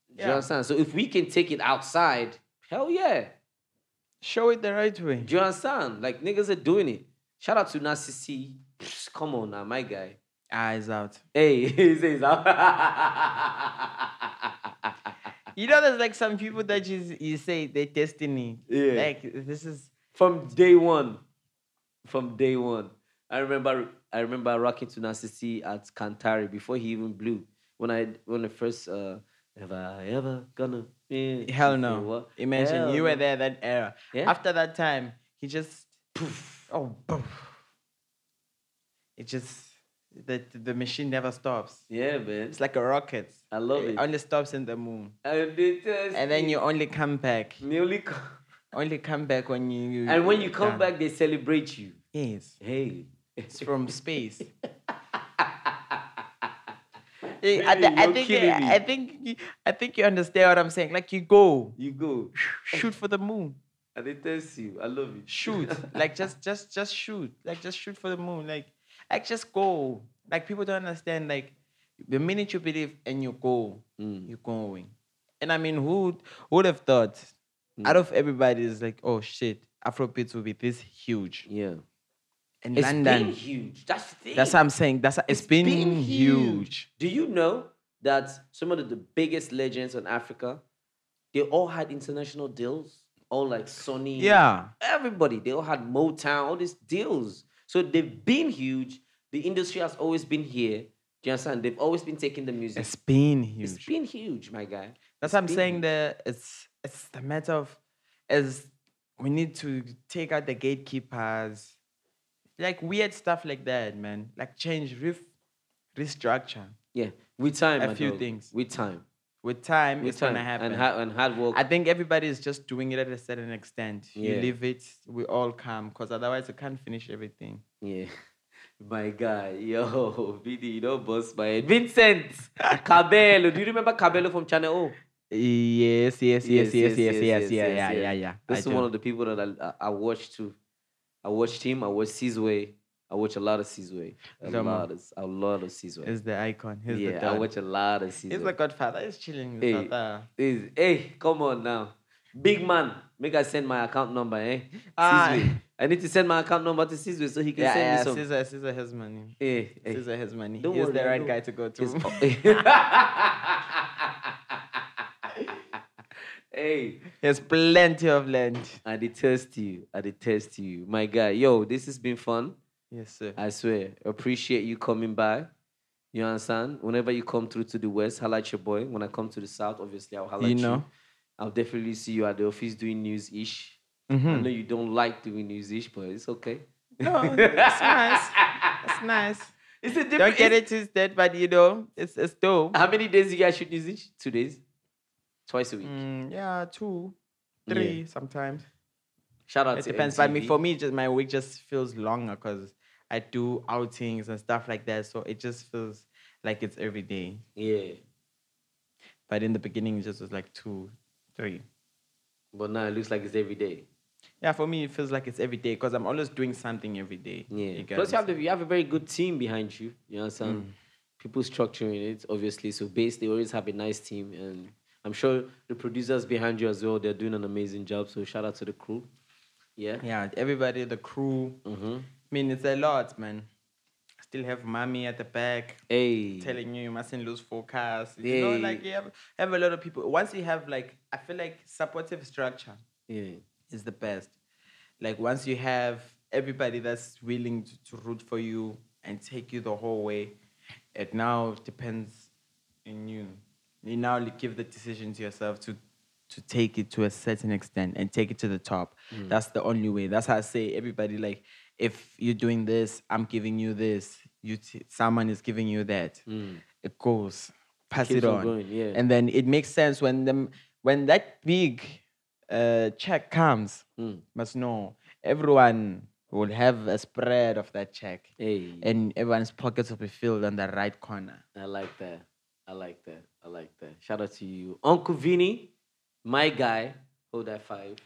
Speaker 1: Do you
Speaker 2: Yeah.
Speaker 1: understand? So if we can take it outside, hell yeah.
Speaker 2: Show it the right way.
Speaker 1: Do you understand? Like niggas are doing it. Shout out to Nasty C. Psh, Come on now, my guy.
Speaker 2: Eyes out.
Speaker 1: Hey, he says out.
Speaker 2: You know, there's like some people that you, you say their destiny.
Speaker 1: Yeah.
Speaker 2: Like this is
Speaker 1: from day one. From day one, I remember I remember rocking to Nasty C at Cantari before he even blew. When I when the first uh, have I ever gonna be
Speaker 2: hell
Speaker 1: You
Speaker 2: no.
Speaker 1: what?
Speaker 2: Imagine
Speaker 1: Hell
Speaker 2: you were
Speaker 1: no.
Speaker 2: there that era.
Speaker 1: Yeah.
Speaker 2: After that time, he just poof. Oh, poof. It just the the machine never stops.
Speaker 1: Yeah, man.
Speaker 2: It's like a rocket.
Speaker 1: I love it.
Speaker 2: Only stops in the moon,
Speaker 1: And, they just-
Speaker 2: and then you only come back.
Speaker 1: newly co-
Speaker 2: Only come back when you.
Speaker 1: and when you come
Speaker 2: Yeah.
Speaker 1: back, they celebrate you.
Speaker 2: yes,
Speaker 1: Hey,
Speaker 2: it's from space.
Speaker 1: Really,
Speaker 2: I, thi- I
Speaker 1: you're
Speaker 2: think
Speaker 1: killing me.
Speaker 2: I think you, I think you understand what I'm saying. Like you go
Speaker 1: you go,
Speaker 2: shoot for the moon,
Speaker 1: and they test you. I love it.
Speaker 2: shoot. like just just just shoot. Like just shoot for the moon. Like like just go. Like people don't understand. Like the minute you believe and you go,
Speaker 1: Mm.
Speaker 2: you're going. And I mean, who would have thought?
Speaker 1: Mm.
Speaker 2: Out of everybody is like, oh shit, Afrobeats will be this huge.
Speaker 1: Yeah,
Speaker 2: And
Speaker 1: it's
Speaker 2: London,
Speaker 1: been huge. That's the thing.
Speaker 2: that's what I'm saying. That's it's been,
Speaker 1: been
Speaker 2: huge.
Speaker 1: Do you know that some of the biggest legends in Africa, they all had international deals? All like Sony.
Speaker 2: Yeah.
Speaker 1: Everybody. They all had Motown, all these deals. So they've been huge. The industry has always been here. Do you understand? They've always been taking the music.
Speaker 2: It's been huge.
Speaker 1: It's been huge, my guy.
Speaker 2: That's what I'm
Speaker 1: Speak.
Speaker 2: saying. The it's it's the matter of is we need to take out the gatekeepers, like weird stuff like that, man. Like change, ref, restructure
Speaker 1: Yeah. With time.
Speaker 2: A
Speaker 1: my
Speaker 2: few
Speaker 1: dog.
Speaker 2: things.
Speaker 1: With time.
Speaker 2: with time.
Speaker 1: With
Speaker 2: it's
Speaker 1: time.
Speaker 2: gonna happen.
Speaker 1: And, ha- and hard work.
Speaker 2: I think everybody is just doing it at a certain extent.
Speaker 1: Yeah.
Speaker 2: You leave it, we all come, because otherwise you can't finish everything.
Speaker 1: Yeah. My guy, yo, Vidi, you don't bust my head. Vincent Cabello. Do you remember Cabello from Channel O?
Speaker 2: Yes, yes, yes, yes, yes, yes, yeah, yeah, yeah, yeah.
Speaker 1: This is one of the people that I, I, I watched too. I watched him. I watched Seasway. I watch a lot of Seasway. A
Speaker 2: Zama.
Speaker 1: lot of a lot of Seasway.
Speaker 2: is the icon. He's the
Speaker 1: Yeah, I
Speaker 2: dog.
Speaker 1: watch a lot of Seasway.
Speaker 2: He's the godfather. He's chilling.
Speaker 1: Hey.
Speaker 2: Hey. South,
Speaker 1: He's- hey, come on now, big man. Make I send my account number, eh?
Speaker 2: Ah.
Speaker 1: Sizwe. I need to send my account number to Seasway so he can
Speaker 2: yeah,
Speaker 1: send
Speaker 2: yeah,
Speaker 1: me some.
Speaker 2: Caesar, Caesar has money.
Speaker 1: Hey, hey.
Speaker 2: Caesar has money.
Speaker 1: Don't
Speaker 2: He's
Speaker 1: worry,
Speaker 2: the right
Speaker 1: don't-
Speaker 2: guy to go
Speaker 1: It's-
Speaker 2: to.
Speaker 1: hey,
Speaker 2: He has plenty of land.
Speaker 1: I detest you. I detest you. My guy, yo, this has been fun.
Speaker 2: Yes, sir.
Speaker 1: I swear. Appreciate you coming by. You understand? Whenever you come through to the west, holla at your boy. When I come to the south, obviously I'll holla
Speaker 2: You
Speaker 1: at you.
Speaker 2: know.
Speaker 1: I'll definitely see you at the office doing news ish. I
Speaker 2: Mhm.
Speaker 1: know you don't like doing news ish, but it's okay.
Speaker 2: No, it's nice. It's nice.
Speaker 1: It's a different.
Speaker 2: Don't get
Speaker 1: it's-
Speaker 2: it twisted, but you know, it's it's dope.
Speaker 1: How many days you guys shoot news ish? Two days, twice a week.
Speaker 2: Mm, yeah, two,
Speaker 1: Yeah.
Speaker 2: three sometimes.
Speaker 1: Shout out
Speaker 2: It
Speaker 1: to
Speaker 2: depends. But me,
Speaker 1: MTV.
Speaker 2: for me, just my week just feels longer because I do outings and stuff like that. So it just feels like it's every day.
Speaker 1: Yeah.
Speaker 2: But in the beginning, it just was like two, three.
Speaker 1: But now it looks like it's every day.
Speaker 2: Yeah, for me, it feels like it's every day because I'm always doing something every day.
Speaker 1: Yeah.
Speaker 2: get
Speaker 1: Plus,
Speaker 2: what
Speaker 1: you
Speaker 2: I'm
Speaker 1: have, the, you have a very good team behind you. You understand? People structuring it, obviously. So, base, they always have a nice team. And I'm sure the producers behind you as well, they're doing an amazing job. So, shout out to the crew. Yeah.
Speaker 2: saying? Yeah, everybody, the crew.
Speaker 1: Mm-hmm.
Speaker 2: I mean, it's a lot, man. I still have mommy at the back
Speaker 1: Hey.
Speaker 2: telling you you mustn't lose focus. You know,
Speaker 1: Yeah.
Speaker 2: like you have, have a lot of people. Once you have like, I feel like supportive structure
Speaker 1: Yeah.
Speaker 2: is the best. Like once you have everybody that's willing to, to root for you and take you the whole way, it now depends on you. You now li- give the decision to yourself to to take it to a certain extent and take it to the top.
Speaker 1: Mm.
Speaker 2: That's the only way. That's how I say everybody like if you're doing this, I'm giving you this. you t- someone is giving you that, it goes pass
Speaker 1: Mm. Keeps
Speaker 2: it
Speaker 1: on
Speaker 2: on,
Speaker 1: going, yeah.
Speaker 2: and then it makes sense when them when that big uh, check comes.
Speaker 1: Mm.
Speaker 2: Must know everyone will have a spread of that check,
Speaker 1: Hey,
Speaker 2: and everyone's pockets will be filled on the right corner.
Speaker 1: I like that. I like that. I like that. Shout out to you, Uncle Vinny, my guy. Hold that five.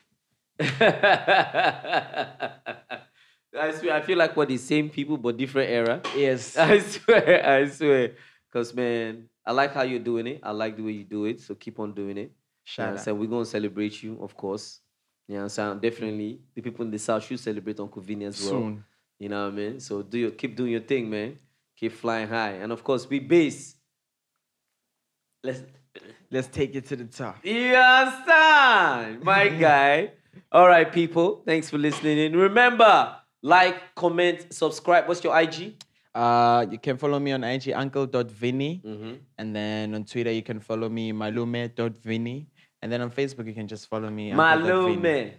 Speaker 1: I swear, I feel like we're the same people but different era.
Speaker 2: Yes.
Speaker 1: I swear, I swear. Cause man, I like how you're doing it. I like the way you do it. So keep on doing it.
Speaker 2: Shout
Speaker 1: you know
Speaker 2: out.
Speaker 1: So we're gonna celebrate you, of course. You know what I'm saying? Definitely. The people in the South should celebrate Uncle Vinny as well.
Speaker 2: Soon.
Speaker 1: You know what I mean? So do your keep doing your thing, man. Keep flying high. And of course, be base. Let's
Speaker 2: Let's take it to the top.
Speaker 1: you understand, my guy. All right, people. Thanks for listening. And remember, like, comment, subscribe. What's your IG?
Speaker 2: Uh, you can follow me on IG uncle.vinny.
Speaker 1: Mm-hmm.
Speaker 2: And then on Twitter, you can follow me malume.vinny. And then on Facebook, you can just follow me. uncle.vinny.
Speaker 1: Malume,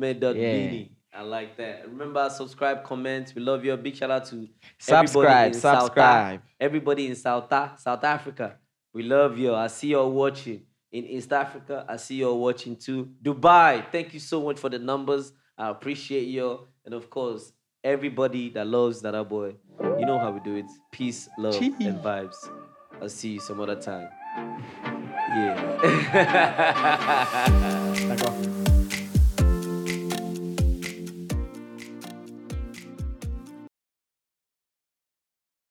Speaker 1: malume dot
Speaker 2: Yeah.
Speaker 1: Beanie. I like that. Remember, subscribe, comment. We love you. Big shout out to
Speaker 2: Subscribe,
Speaker 1: everybody in South-
Speaker 2: subscribe.
Speaker 1: everybody in South South Africa. We love you. I see you all watching in East Africa. I see you all watching too. Dubai. Thank you so much for the numbers. I appreciate you, and of course, everybody that loves Dada Boy. You know how we do it. Peace, love,
Speaker 2: Cheese.
Speaker 1: and vibes. I'll see you some other time. Yeah.
Speaker 2: Like oh. off.